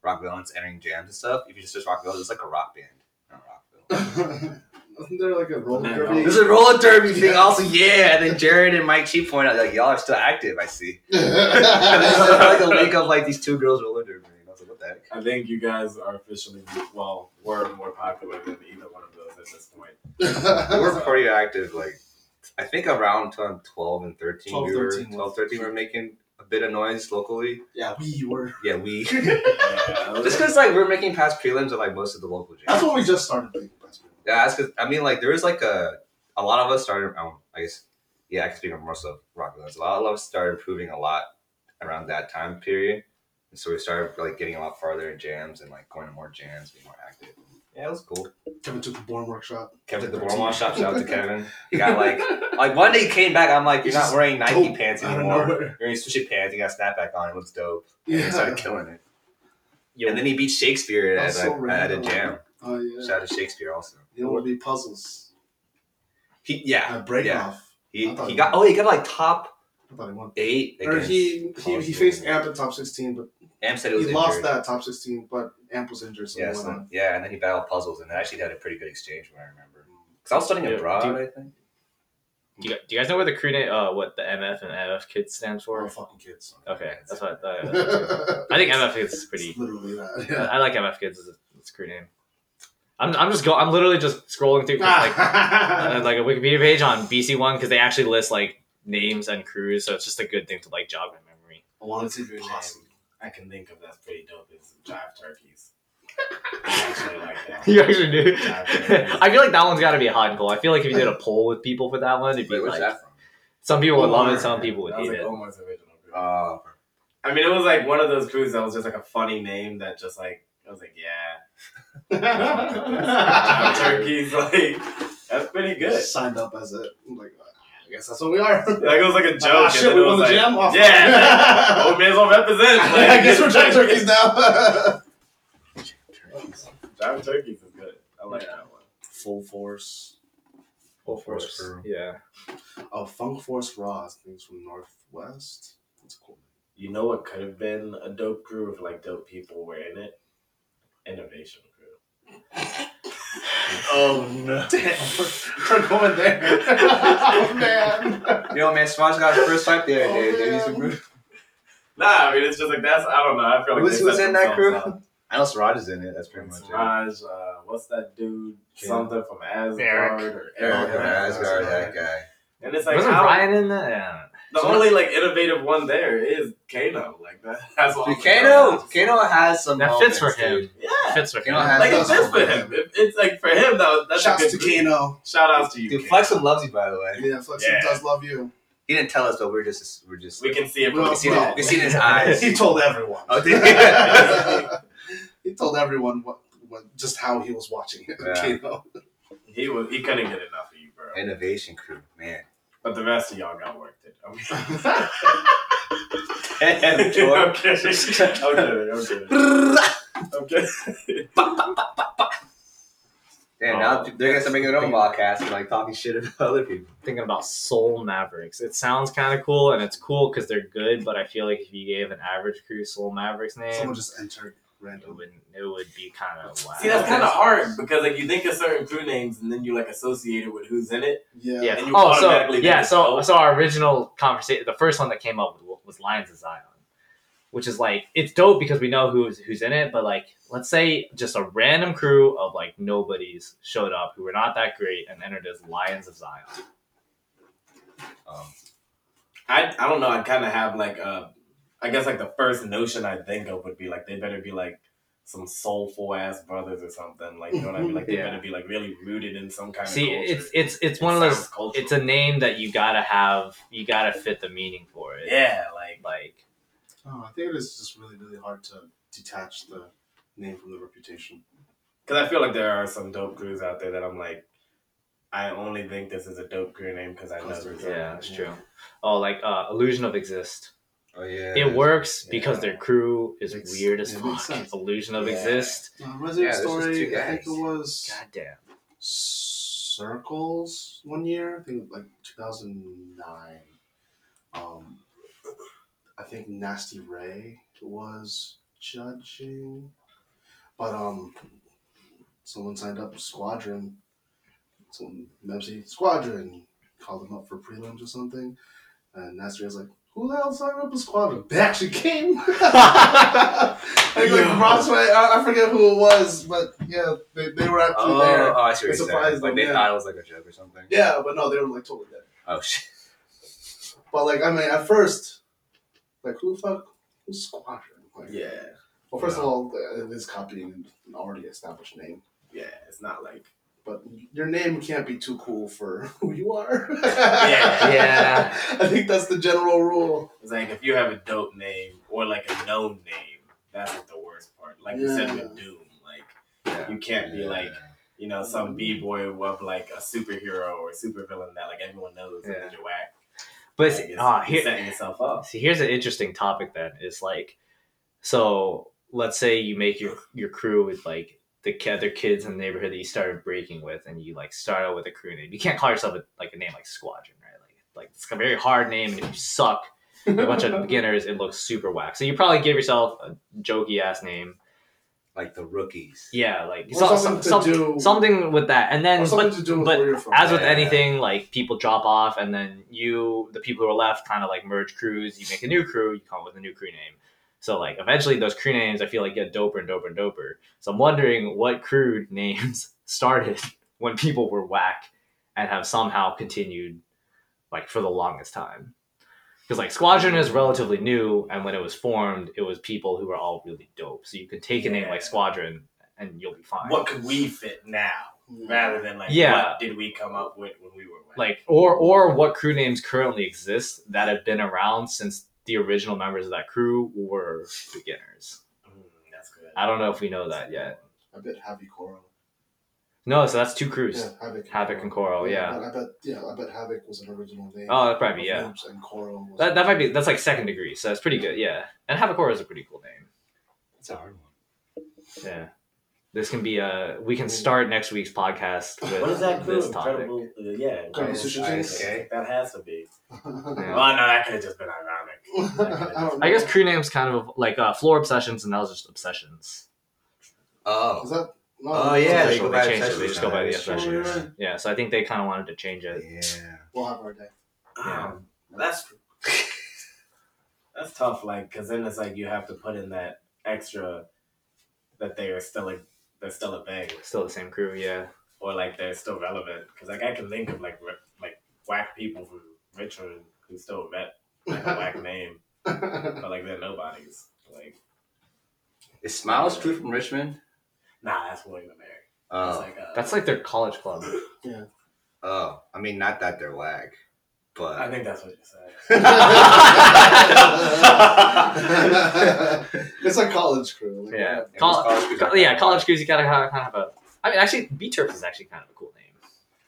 rock villains entering jams and stuff, if you just search rock villains, it's like a rock band. Not rock villain. Isn't there like a roller Yeah. derby? There's a roller derby thing also, yeah. And then Jared and Mike Cheap point out like y'all are still active, I see. And there's like a link of like these two girls roller derby. And I was like, what the heck? I think you guys are officially well were more popular than either one of those at this point. We're pretty active, like I think around time twelve and thirteen 12, we were 13 was- 12, 13 we were making a bit of noise locally. yeah, we were. Yeah, we Yeah, just because like we're making past prelims of like most of the local jams. That's when we just started playing basketball. Yeah, that's 'cause- I mean, like there was like a a lot of us started. Um, I guess yeah, I can speak of more so Rocklands. A lot of us started improving a lot around that time period, and so we started like getting a lot farther in jams and like going to more jams, being more active. Yeah, it was cool. Kevin took the born workshop. Kevin did the Borma shop. Shout out to Kevin. He got like like one day he came back. I'm like, you're not wearing Nike dope pants out of anymore. You're nowhere. wearing sushi pants. You got a snapback on. It looks dope. And he Yeah. started killing it. Yo, And then he beat Shakespeare at, That's so a- at a random. jam. Oh yeah. Shout out to Shakespeare also. You know what be puzzles? He yeah I break yeah. off. He, I thought he it got was- oh he got like top I thought he won. Eight Or against. he, he he Oslo. faced Amp in top sixteen, but Am said it he was lost injured. that top sixteen. But Amp was injured, so Yeah, he went so- on. yeah, and then he battled puzzles, and they actually had a pretty good exchange when I remember. Because I was studying Yeah, abroad, do you- I think. Do you, do you guys know where the crew name, uh, what the MF and MF kid stands We're all for? fucking kids. Okay, that's what I thought. it's I think MF is pretty. Uh, literally that. I Yeah. I like MF kids as a, as a crew name. I'm, I'm just go. I'm literally just scrolling through like uh, like a Wikipedia page on BC One because they actually list like names and crews, so it's just a good thing to like jog my memory. One That's a good name. possible I can think of that's pretty dope is jive turkeys. I actually like that. You actually do. I feel like that one's got to be a hot goal. I feel like if you did a poll with people for that one, it'd be Wait, where's like that from? some people would love Omar. it, some people would That was hate like it. Omar's original group. Oh, I mean, it was like one of those crews that was just like a funny name that just like I was like, yeah, jive turkeys, like that's pretty good. Signed up as it. I'm like, I guess that's what we are. Like it was like a joke. Ah, and shit, then we it won was the like, jam. Oh, fuck. Yeah, old man's all represent. Like, I guess we're trying turkeys now. Jive turkeys is good. I like that one. Full force. oh, Full force crew. Yeah. Oh, Funk Force Raw. I think it's from Northwest. That's a cool. You know what could have been a dope crew if like dope people were in it? Innovation crew. Oh no! Damn, we're, we're going there. oh man! You know, uh, man, Smosh got his first fight the other Oh, day. dude. He's man. a brute. Nah, I mean it's just like that's I don't know. I feel like Who's- they who's set in that crew? themselves I know Siraj is in it. That's pretty up. much it. Raj, uh, what's that dude? Kid. Something from Asgard Eric. or Eric Eric. from Asgard, that guy. And it's like Wasn't how- Ryan in that? Yeah. the Someone- only like innovative one there is Kano. Like that. That's what I'm Dude, like, Kano, oh, Kano has some. That fits moments, for him. dude. Yeah. Fits with Kano him. has Like it those fits for moments. him. It, it's like for him though. That's a Shouts good to group. Kano. Shout outs to you. Dude, Kano. Flexum loves you, by the way. Yeah, Flexi Yeah. does love you. He didn't tell us, but we're just we're just We can see it. Well, we seen well. it. We seen his eyes. He told everyone. Oh, did he told everyone what, what just how he was watching it. Yeah. Kano. He was he couldn't get enough of you, bro. Innovation crew, man. But the rest of y'all got worked it. I'm kidding. I'm kidding. I'm Jordan. kidding. I'm kidding. I'm kidding. Damn, now they're gonna start making their own podcast and like talking shit about other people. Thinking about Soul Mavericks. It sounds kind of cool, and it's cool because they're good. But I feel like if you gave an average crew Soul Mavericks name, Someone just entered it randomly. would it would be kind of wow. See, that's kind of hard because like you think of certain crew names and then you like associate it with who's in it. Yeah. Yeah. And you Oh, so automatically yeah. think So it's- so our original conversation, the first one that came up wa- was Lions of Zion, which is like it's dope because we know who's who's in it. But like, let's say just a random crew of like nobodies showed up who were not that great and entered as Lions of Zion. Um, I I don't know. I kind of have like uh, I guess like the first notion I think of would be like they better be like some soulful ass brothers or something. Like you know what I mean? Like they Yeah. better be like really rooted in some kind See, of culture. it's it's it's one of those culture. it's a name that you gotta have you gotta fit the meaning for it yeah, like like Oh, I think it is just really, really hard to detach the name from the reputation. because I feel like there are some dope crews out there that I'm like, I only think this is a dope crew name because I know Cause this. they're- yeah that's true oh like uh illusion of exist oh yeah. it works yeah. because their crew is Makes- weird as yeah, fuck makes sense. illusion of Yeah. exist Uh, Resident Yeah, this Story, was two I think it guys. was god damn Circles one year, I think like 2009. Um, I think Nasty Ray was judging, but um, someone signed up Squadron. Someone Memsy Squadron called them up for prelims or something, and Nasty Ray's like. Who the hell signed up with Squadron? They actually came. I think like Yo. Roswell, I, I forget who it was, but yeah, they, they were actually Oh, there. oh, I see what It's you're saying. surprised Like them, they yeah. thought it was like a joke or something. Yeah, but no, they were like totally dead. Oh shit. But like, I mean, at first, like, who the fuck who's Squadron? Like, Yeah, Well, first of all, it is copying an already established name, yeah. It's not like but your name can't be too cool for who you are. Yeah, yeah. I think that's the general rule. It's like if you have a dope name or like a known name, that's like the worst part. Like you said with Doom, like Yeah. you can't be like you know some b boy of like a superhero or supervillain that like everyone knows and Yeah. then you're whack. but Like, see, it's- ah, it's here, setting yourself up. see here's an interesting topic then is like so let's say you make your your crew with like the ki- other kids in the neighborhood that you started breaking with and you like start out with a crew name you can't call yourself a, like a name like squadron right like like it's a very hard name, and if you suck, you're a bunch of beginners, it looks super whack. So you probably give yourself a jokey ass name. like the rookies. Yeah, like Or so- something to some- do- something with that. And then Or but something to do with but where you're from. as with Yeah. anything, like people drop off, and then you, the people who are left, kind of like merge crews. You make a new crew. You come up with a new crew name. So like eventually, those crew names I feel like get doper and doper and doper. So I'm wondering what crew names started when people were whack and have somehow continued like for the longest time. Because like Squadron is relatively new, and when it was formed, it was people who were all really dope. So you could take a name Yeah. like Squadron, and you'll be fine. What could we fit now rather than like Yeah. what did we come up with when we were wet? like or or what crew names currently exist that have been around since the original members of that crew were beginners. Mm, that's good. I don't know if we know that yet. I bet Javi Coral. No, so that's two crews. Yeah, Havoc. Havoc and Coral, yeah. I bet, I bet- yeah, I bet Havoc was an original name. Oh, that probably yeah. Oops, And Coral. Was That, that might be that's like second degree, so that's pretty good, yeah. And Havocor is a pretty cool name. That's a hard one. Yeah. This can be a we can start next week's podcast with what is that crew? this topic. Incredible, uh, yeah, Incredible it's- Sushi it's- Kings? That has to be. Yeah. Well, no, that could have just been ironic. I don't I guess know. crew names kind of like uh, floor obsessions and that was just obsessions. Is Oh, that? No, Oh, that's yeah, official. go Official, by changed it, obsessions they just go by the now. obsessions. Sure. Yeah, so I think they kind of wanted to change it. yeah. We'll have our day. Yeah. Um, that's that's tough. Like, cause then it's like you have to put in that extra that they are still a they're still a bang Still the same crew, yeah. or like they're still relevant. Cause like I can think of like ri- like whack people from Richmond who still met like, a whack name, but like they're nobodies. Like, Is Smiles crew from Richmond? nah, that's William and Mary. That's Oh, like, uh, That's like their college club. oh. I mean, not that they're whack, but I think that's what you said. it's a college crew. Like, Yeah. It was Col- college co- yeah, college crews, you gotta have, kind of have a. I mean, actually, B Turf is actually kind of a cool name.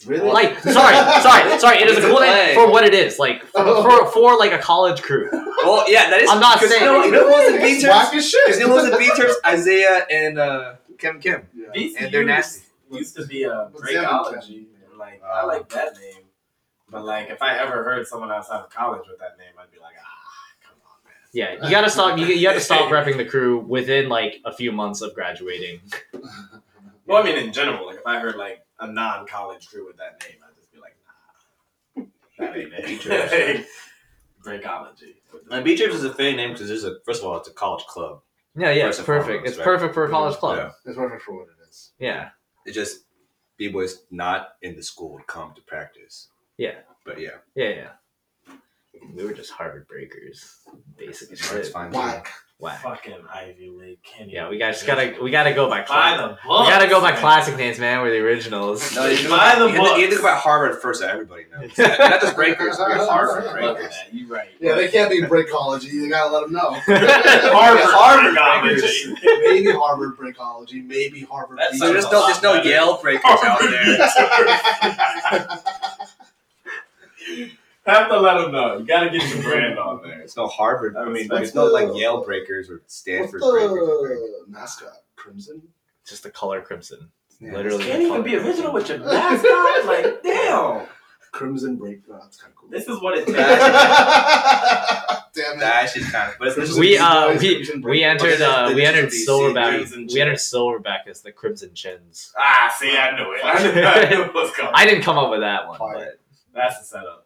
Really? Like, sorry, sorry, sorry, it is a Oh. It's a cool name play. for what it is. Like, for, for, for, like a college crew. Well, yeah, that is. I'm not because saying- You know, you know who was in B It's terms? whack as You shit. know who was in B terms? Isaiah and uh, Kim Kim. Yeah. BCU And they're nasty. Used to be a What's the other breakology. and, Like I like that name, but like if I ever heard someone outside of college with that name, I'd be like, ah, come on, man. Yeah, you gotta stop. You, you have to stop repping the crew within like a few months of graduating. Well, I mean, in general, like if I heard like a non-college crew with that name, I'd just be like, nah, that ain't it. breakology. And B terms is a fitting name because there's a first of all, it's a college club. Yeah, yeah, it's First and perfect. foremost, It's right? perfect for a college club. It's perfect for what it is. Yeah, It just B boys not in the school would come to practice. Yeah. but yeah, yeah, yeah. We were just Harvard breakers, basically. it's, it's fine. too. Whack. Wow. Fucking Ivy League. Can you? Yeah, we got just gotta we gotta go by buy class. the book. We gotta go by classic names, man. We're the originals. No, you have to- Buy the you have to- You have to books. think about Harvard first. that Everybody knows. not just breakers, but Harvard Look at breakers. that. You right. Yeah, they can't be breakology. You gotta let them know. Harvard, Harvard breakology. maybe Harvard breakology. Maybe Harvard. That's So Beach. there's no there's no Yale breakers out there. Have to let them know. You gotta get your brand on there. It's no Harvard. I What's mean, there's no like the- Yale breakers or What's Stanford breakers. the mascot? Crimson. just the color crimson. Yeah. Literally, Can't the even color be original crimson. with your mascot. Like, damn. Crimson break. Oh, that's kind of cool. This is what it takes. Ah, Damn it. That shit kind of. But it's, Crimson We Beach uh Boys, we, Crimson we Break- entered uh, we entered This is silverback crimson we entered silverback as the crimson chins. ah, see, I knew it. I knew, I knew it was coming. I didn't come up with that one, but That's the setup.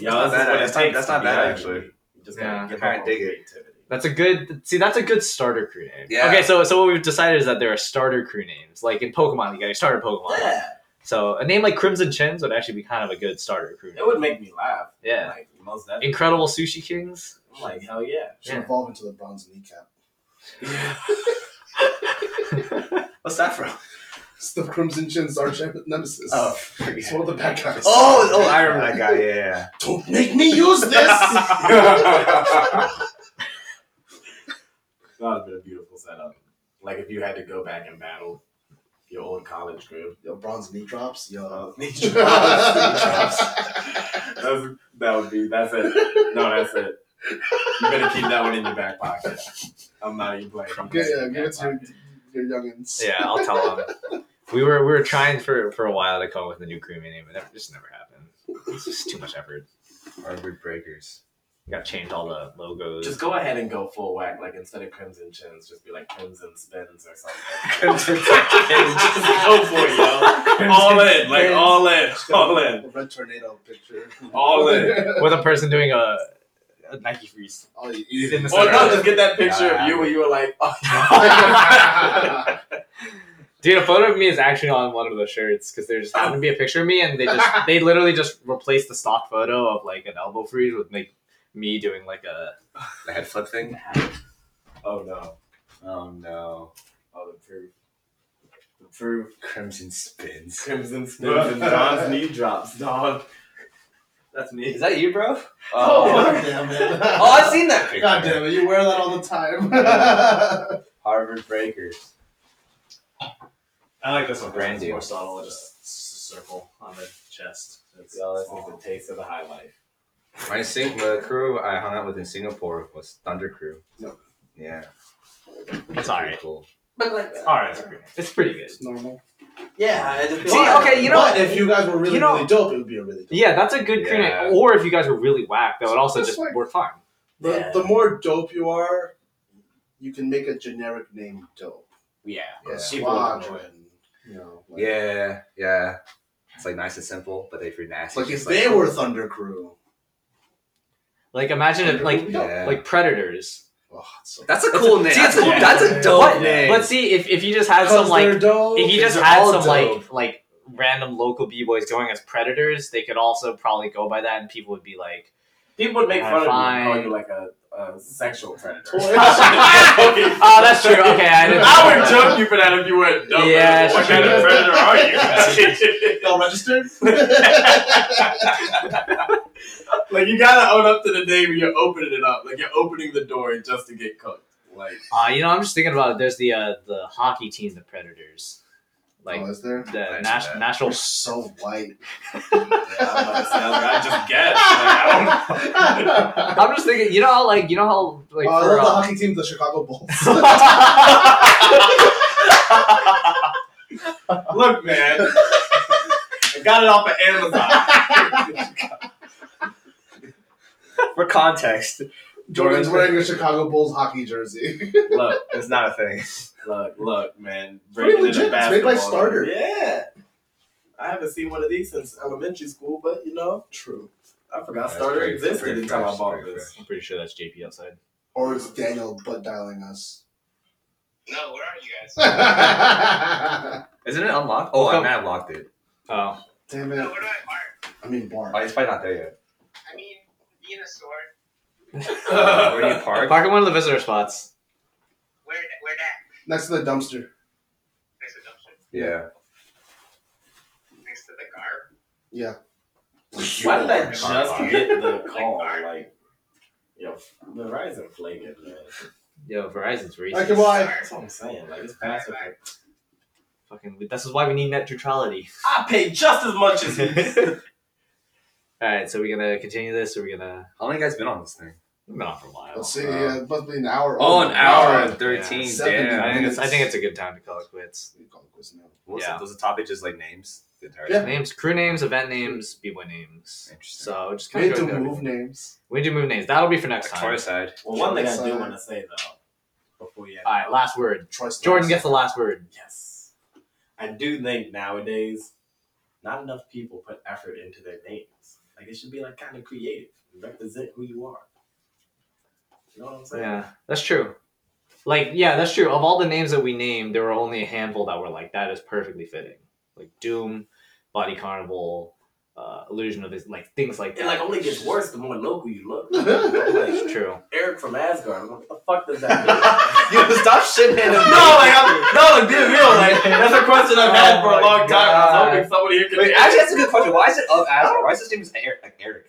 Yo, not this is bad. what it That's not- takes that's to not be bad, Ivy actually. League. You just gotta Yeah. give I kinda up on dig it. creativity. that's a good see that's a good starter crew name. Yeah. Okay, so so what we've decided is that there are starter crew names like in Pokemon you got your starter Pokemon. Yeah, So a name like Crimson Chins would actually be kind of a good starter crew name. it would make me laugh. yeah, like most definitely. incredible sushi kings. I'm like hell yeah. Should Yeah. evolve into the bronze kneecap. what's that from? It's the Crimson Chin's arch nemesis. Oh, It's one of the bad guys. oh, oh, I remember that guy. Yeah, Don't make me use this! yeah. That would have been a beautiful setup. Like if you had to go back and battle your old college group. Yo, bronze knee drops? Uh, Yo. That's, that would be. That's it. No, that's it. You better keep that one in your back pocket. I'm not even playing. You Give- yeah, better keep give it that to pocket. your, your youngins. Yeah, I'll tell them. We were we were trying for for a while to come up with a new crew name, but that just never happened. It's just too much effort. Hardwood breakers. Got to change all the logos. Just go ahead and go full whack. Like instead of crimson chins, just be like crimson spins or something. Crimson just go for it, yo. Oh, All in, like all in, all in, A red tornado picture. all in. with a person doing a, a Nike freeze. Oh, you- He's in the Or center. no, just get that picture of you where you were like, oh, yeah. Dude, a photo of me is actually on one of the shirts because there just happened to be a picture of me, and they just they literally just replaced the stock photo of like an elbow freeze with like me doing like a The head flip thing. oh no, Oh no. oh the proof, the proof. Crimson spins. Crimson Spins and Don's knee drops, dog. That's me. Is that you, bro? Oh. Oh, damn it. oh I've seen that picture. God damn it, you wear that all the time. Harvard breakers. I like this one. Brand This one's new. more subtle. Just s- s- circle on the chest. It's, Yeah, that's it's the taste of the high life. My sing- the crew I hung out with in Singapore was Thunder Crew. No. Yeah. It's alright. Cool. But like, All right, it's pretty- it's pretty good. it's normal. yeah. I just See, Why? okay, you know But if you guys were really, You know- really dope, it would be a really dope. Yeah, that's a good crew Yeah. night. Or if you guys were really whack, that would also Just just like- work fine. The, Yeah. the more dope you are, you can make a generic name dope. Yeah. Yeah. People will know it. Squadron, you know, like- Yeah, yeah. It's like nice and simple, but if you're nasty, Like it's if just they were Thunder Crew. Like imagine if like Yeah. like predators. Oh, it's so that's a cool name. See, that's, it's a, cool. that's a dope But, name. but see if, if you just had some like dope. if you just they're had all some like dope. like random local b boys going as predators, they could also probably go by that, and people would be like, People would make Yeah, fun fine. of you and call you like a, a sexual predator. Toy. "Oh, that's true. Okay, I didn't." I would jump you for that if you were a dumb Yeah, predator. What sure. kind of predator are you? y'all registered? like you gotta own up to the day when you're opening it up. Like you're opening the door just to get cooked. Like Uh, you know, I'm just thinking about it. There's the uh, the hockey team, the Predators, like oh, is there? the see nas- that. national. You're so white. I just guess. Like, I I'm just thinking, you know how like you know how like oh, I for, love the uh, hockey team, the Chicago Bulls. don't- Look, man. I got it off of Amazon. for context, Jordan's wearing a Chicago Bulls hockey jersey. look, it's not a thing. look, look, man. pretty Breaking into legit. It's made by basketball. Starter. Yeah. I haven't seen one of these since elementary school, but you know, True. I forgot That's Starter pretty- existed pretty until I fresh, bought pretty this. I'm pretty sure that's JP outside. Or it's Daniel butt dialing us. No, where are you guys? Damn Isn't it unlocked? Oh, I Okay. may have locked it. Oh, No, it. where do I park? I mean, bar. Oh, it's probably not there yet. I mean, be in a store. Uh, where do you park? park in one of the visitor spots. Where where that? Next to the dumpster. Next to dumpster. Yeah. Next to the car. Yeah. Why did I Car just park. get the call? Like, yo, Verizon flaking, man. Yo, Verizon's I racist. can buy. That's what I'm saying. Like, it's passive. Fucking, this is why we need net neutrality. I pay just as much as All he. right, so we're gonna continue this. Or we're gonna How long you guys been on this thing? we've been on for a while. Let's see. Wow. Yeah, it must be an hour. Oh, Oh, and thirteen, damn. I think it's I think it's a good time to call it quits. What's Yeah. it? Those are topic just like names. The entire Yeah. Names, crew names, event names, b boy names. Interesting. So just We kind need of to move names. We need to move names. That'll be for next Like, time. Toy side. Well, one thing I do want to say though, before you, All right, last word. Troy Snyder. Jordan gets the last word. yes, I do think nowadays, not enough people put effort into their names. Like it should be like kind of creative, represent who you are. You know what I'm saying? Yeah, that's true. Like, yeah, that's true. Of all the names that we named, there were only a handful that were like that is perfectly fitting. Like Doom, Body Carnival, uh, Illusion of His, like things like that. It like only gets worse the more local you look. You know, like, It's true. Eric from Asgard. I'm like, what the fuck does that mean? Yo, stop shitting him. No, like, I'm, no, like, be real. Like, that's a question I've had for Oh a my long time. I was hoping somebody here could Wait, answer. actually, that's a good question. Why is it of Asgard? Why is his name is Eric? Like Eric.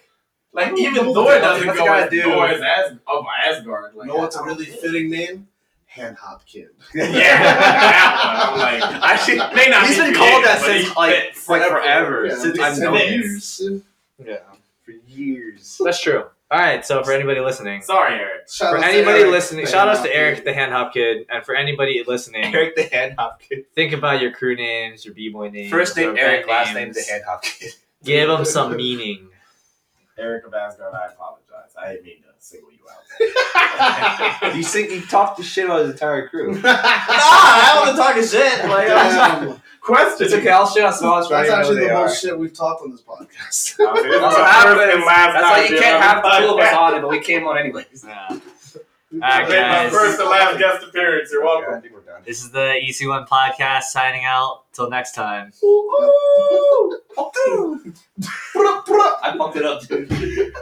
Like even What's Thor it doesn't gotta go as do? Thor as As- of Asgard. You Like, know what's a really yeah. fitting name? Hand Hop Kid. Yeah, that one. I'm like, Actually, it may not he's be been called that creative, since but he like fits. like forever. Yeah, since like I've known seven him. years. Yeah, for years. that's true. All right, so for anybody listening, Sorry, Eric. Shout for out to anybody Eric, listening, the shout outs Hand to Hop Eric Kid. the Hand Hop Kid, and for anybody listening, Eric the Hand Hopkins. think about your crew names, your b boy names, First name your Eric, band last name names. the Hand Hopkins. Give them some meaning. Erica Vasgard, I apologize. I didn't mean to single you out. you think you talked the shit about his entire crew? nah, I wasn't talking shit. Like, I Damn. question. It's okay. I'll shit on Smosh, but I That's don't actually even know who they the are. most shit we've talked on this podcast. That's what happens. That's why you can't have the two of us on it, but we came on anyways. Yeah. I Alright, made my guys. first and last guest appearance. You're Okay, welcome. I think we're done. This is the EC1 podcast signing out. Till next time. I fucked it up, dude.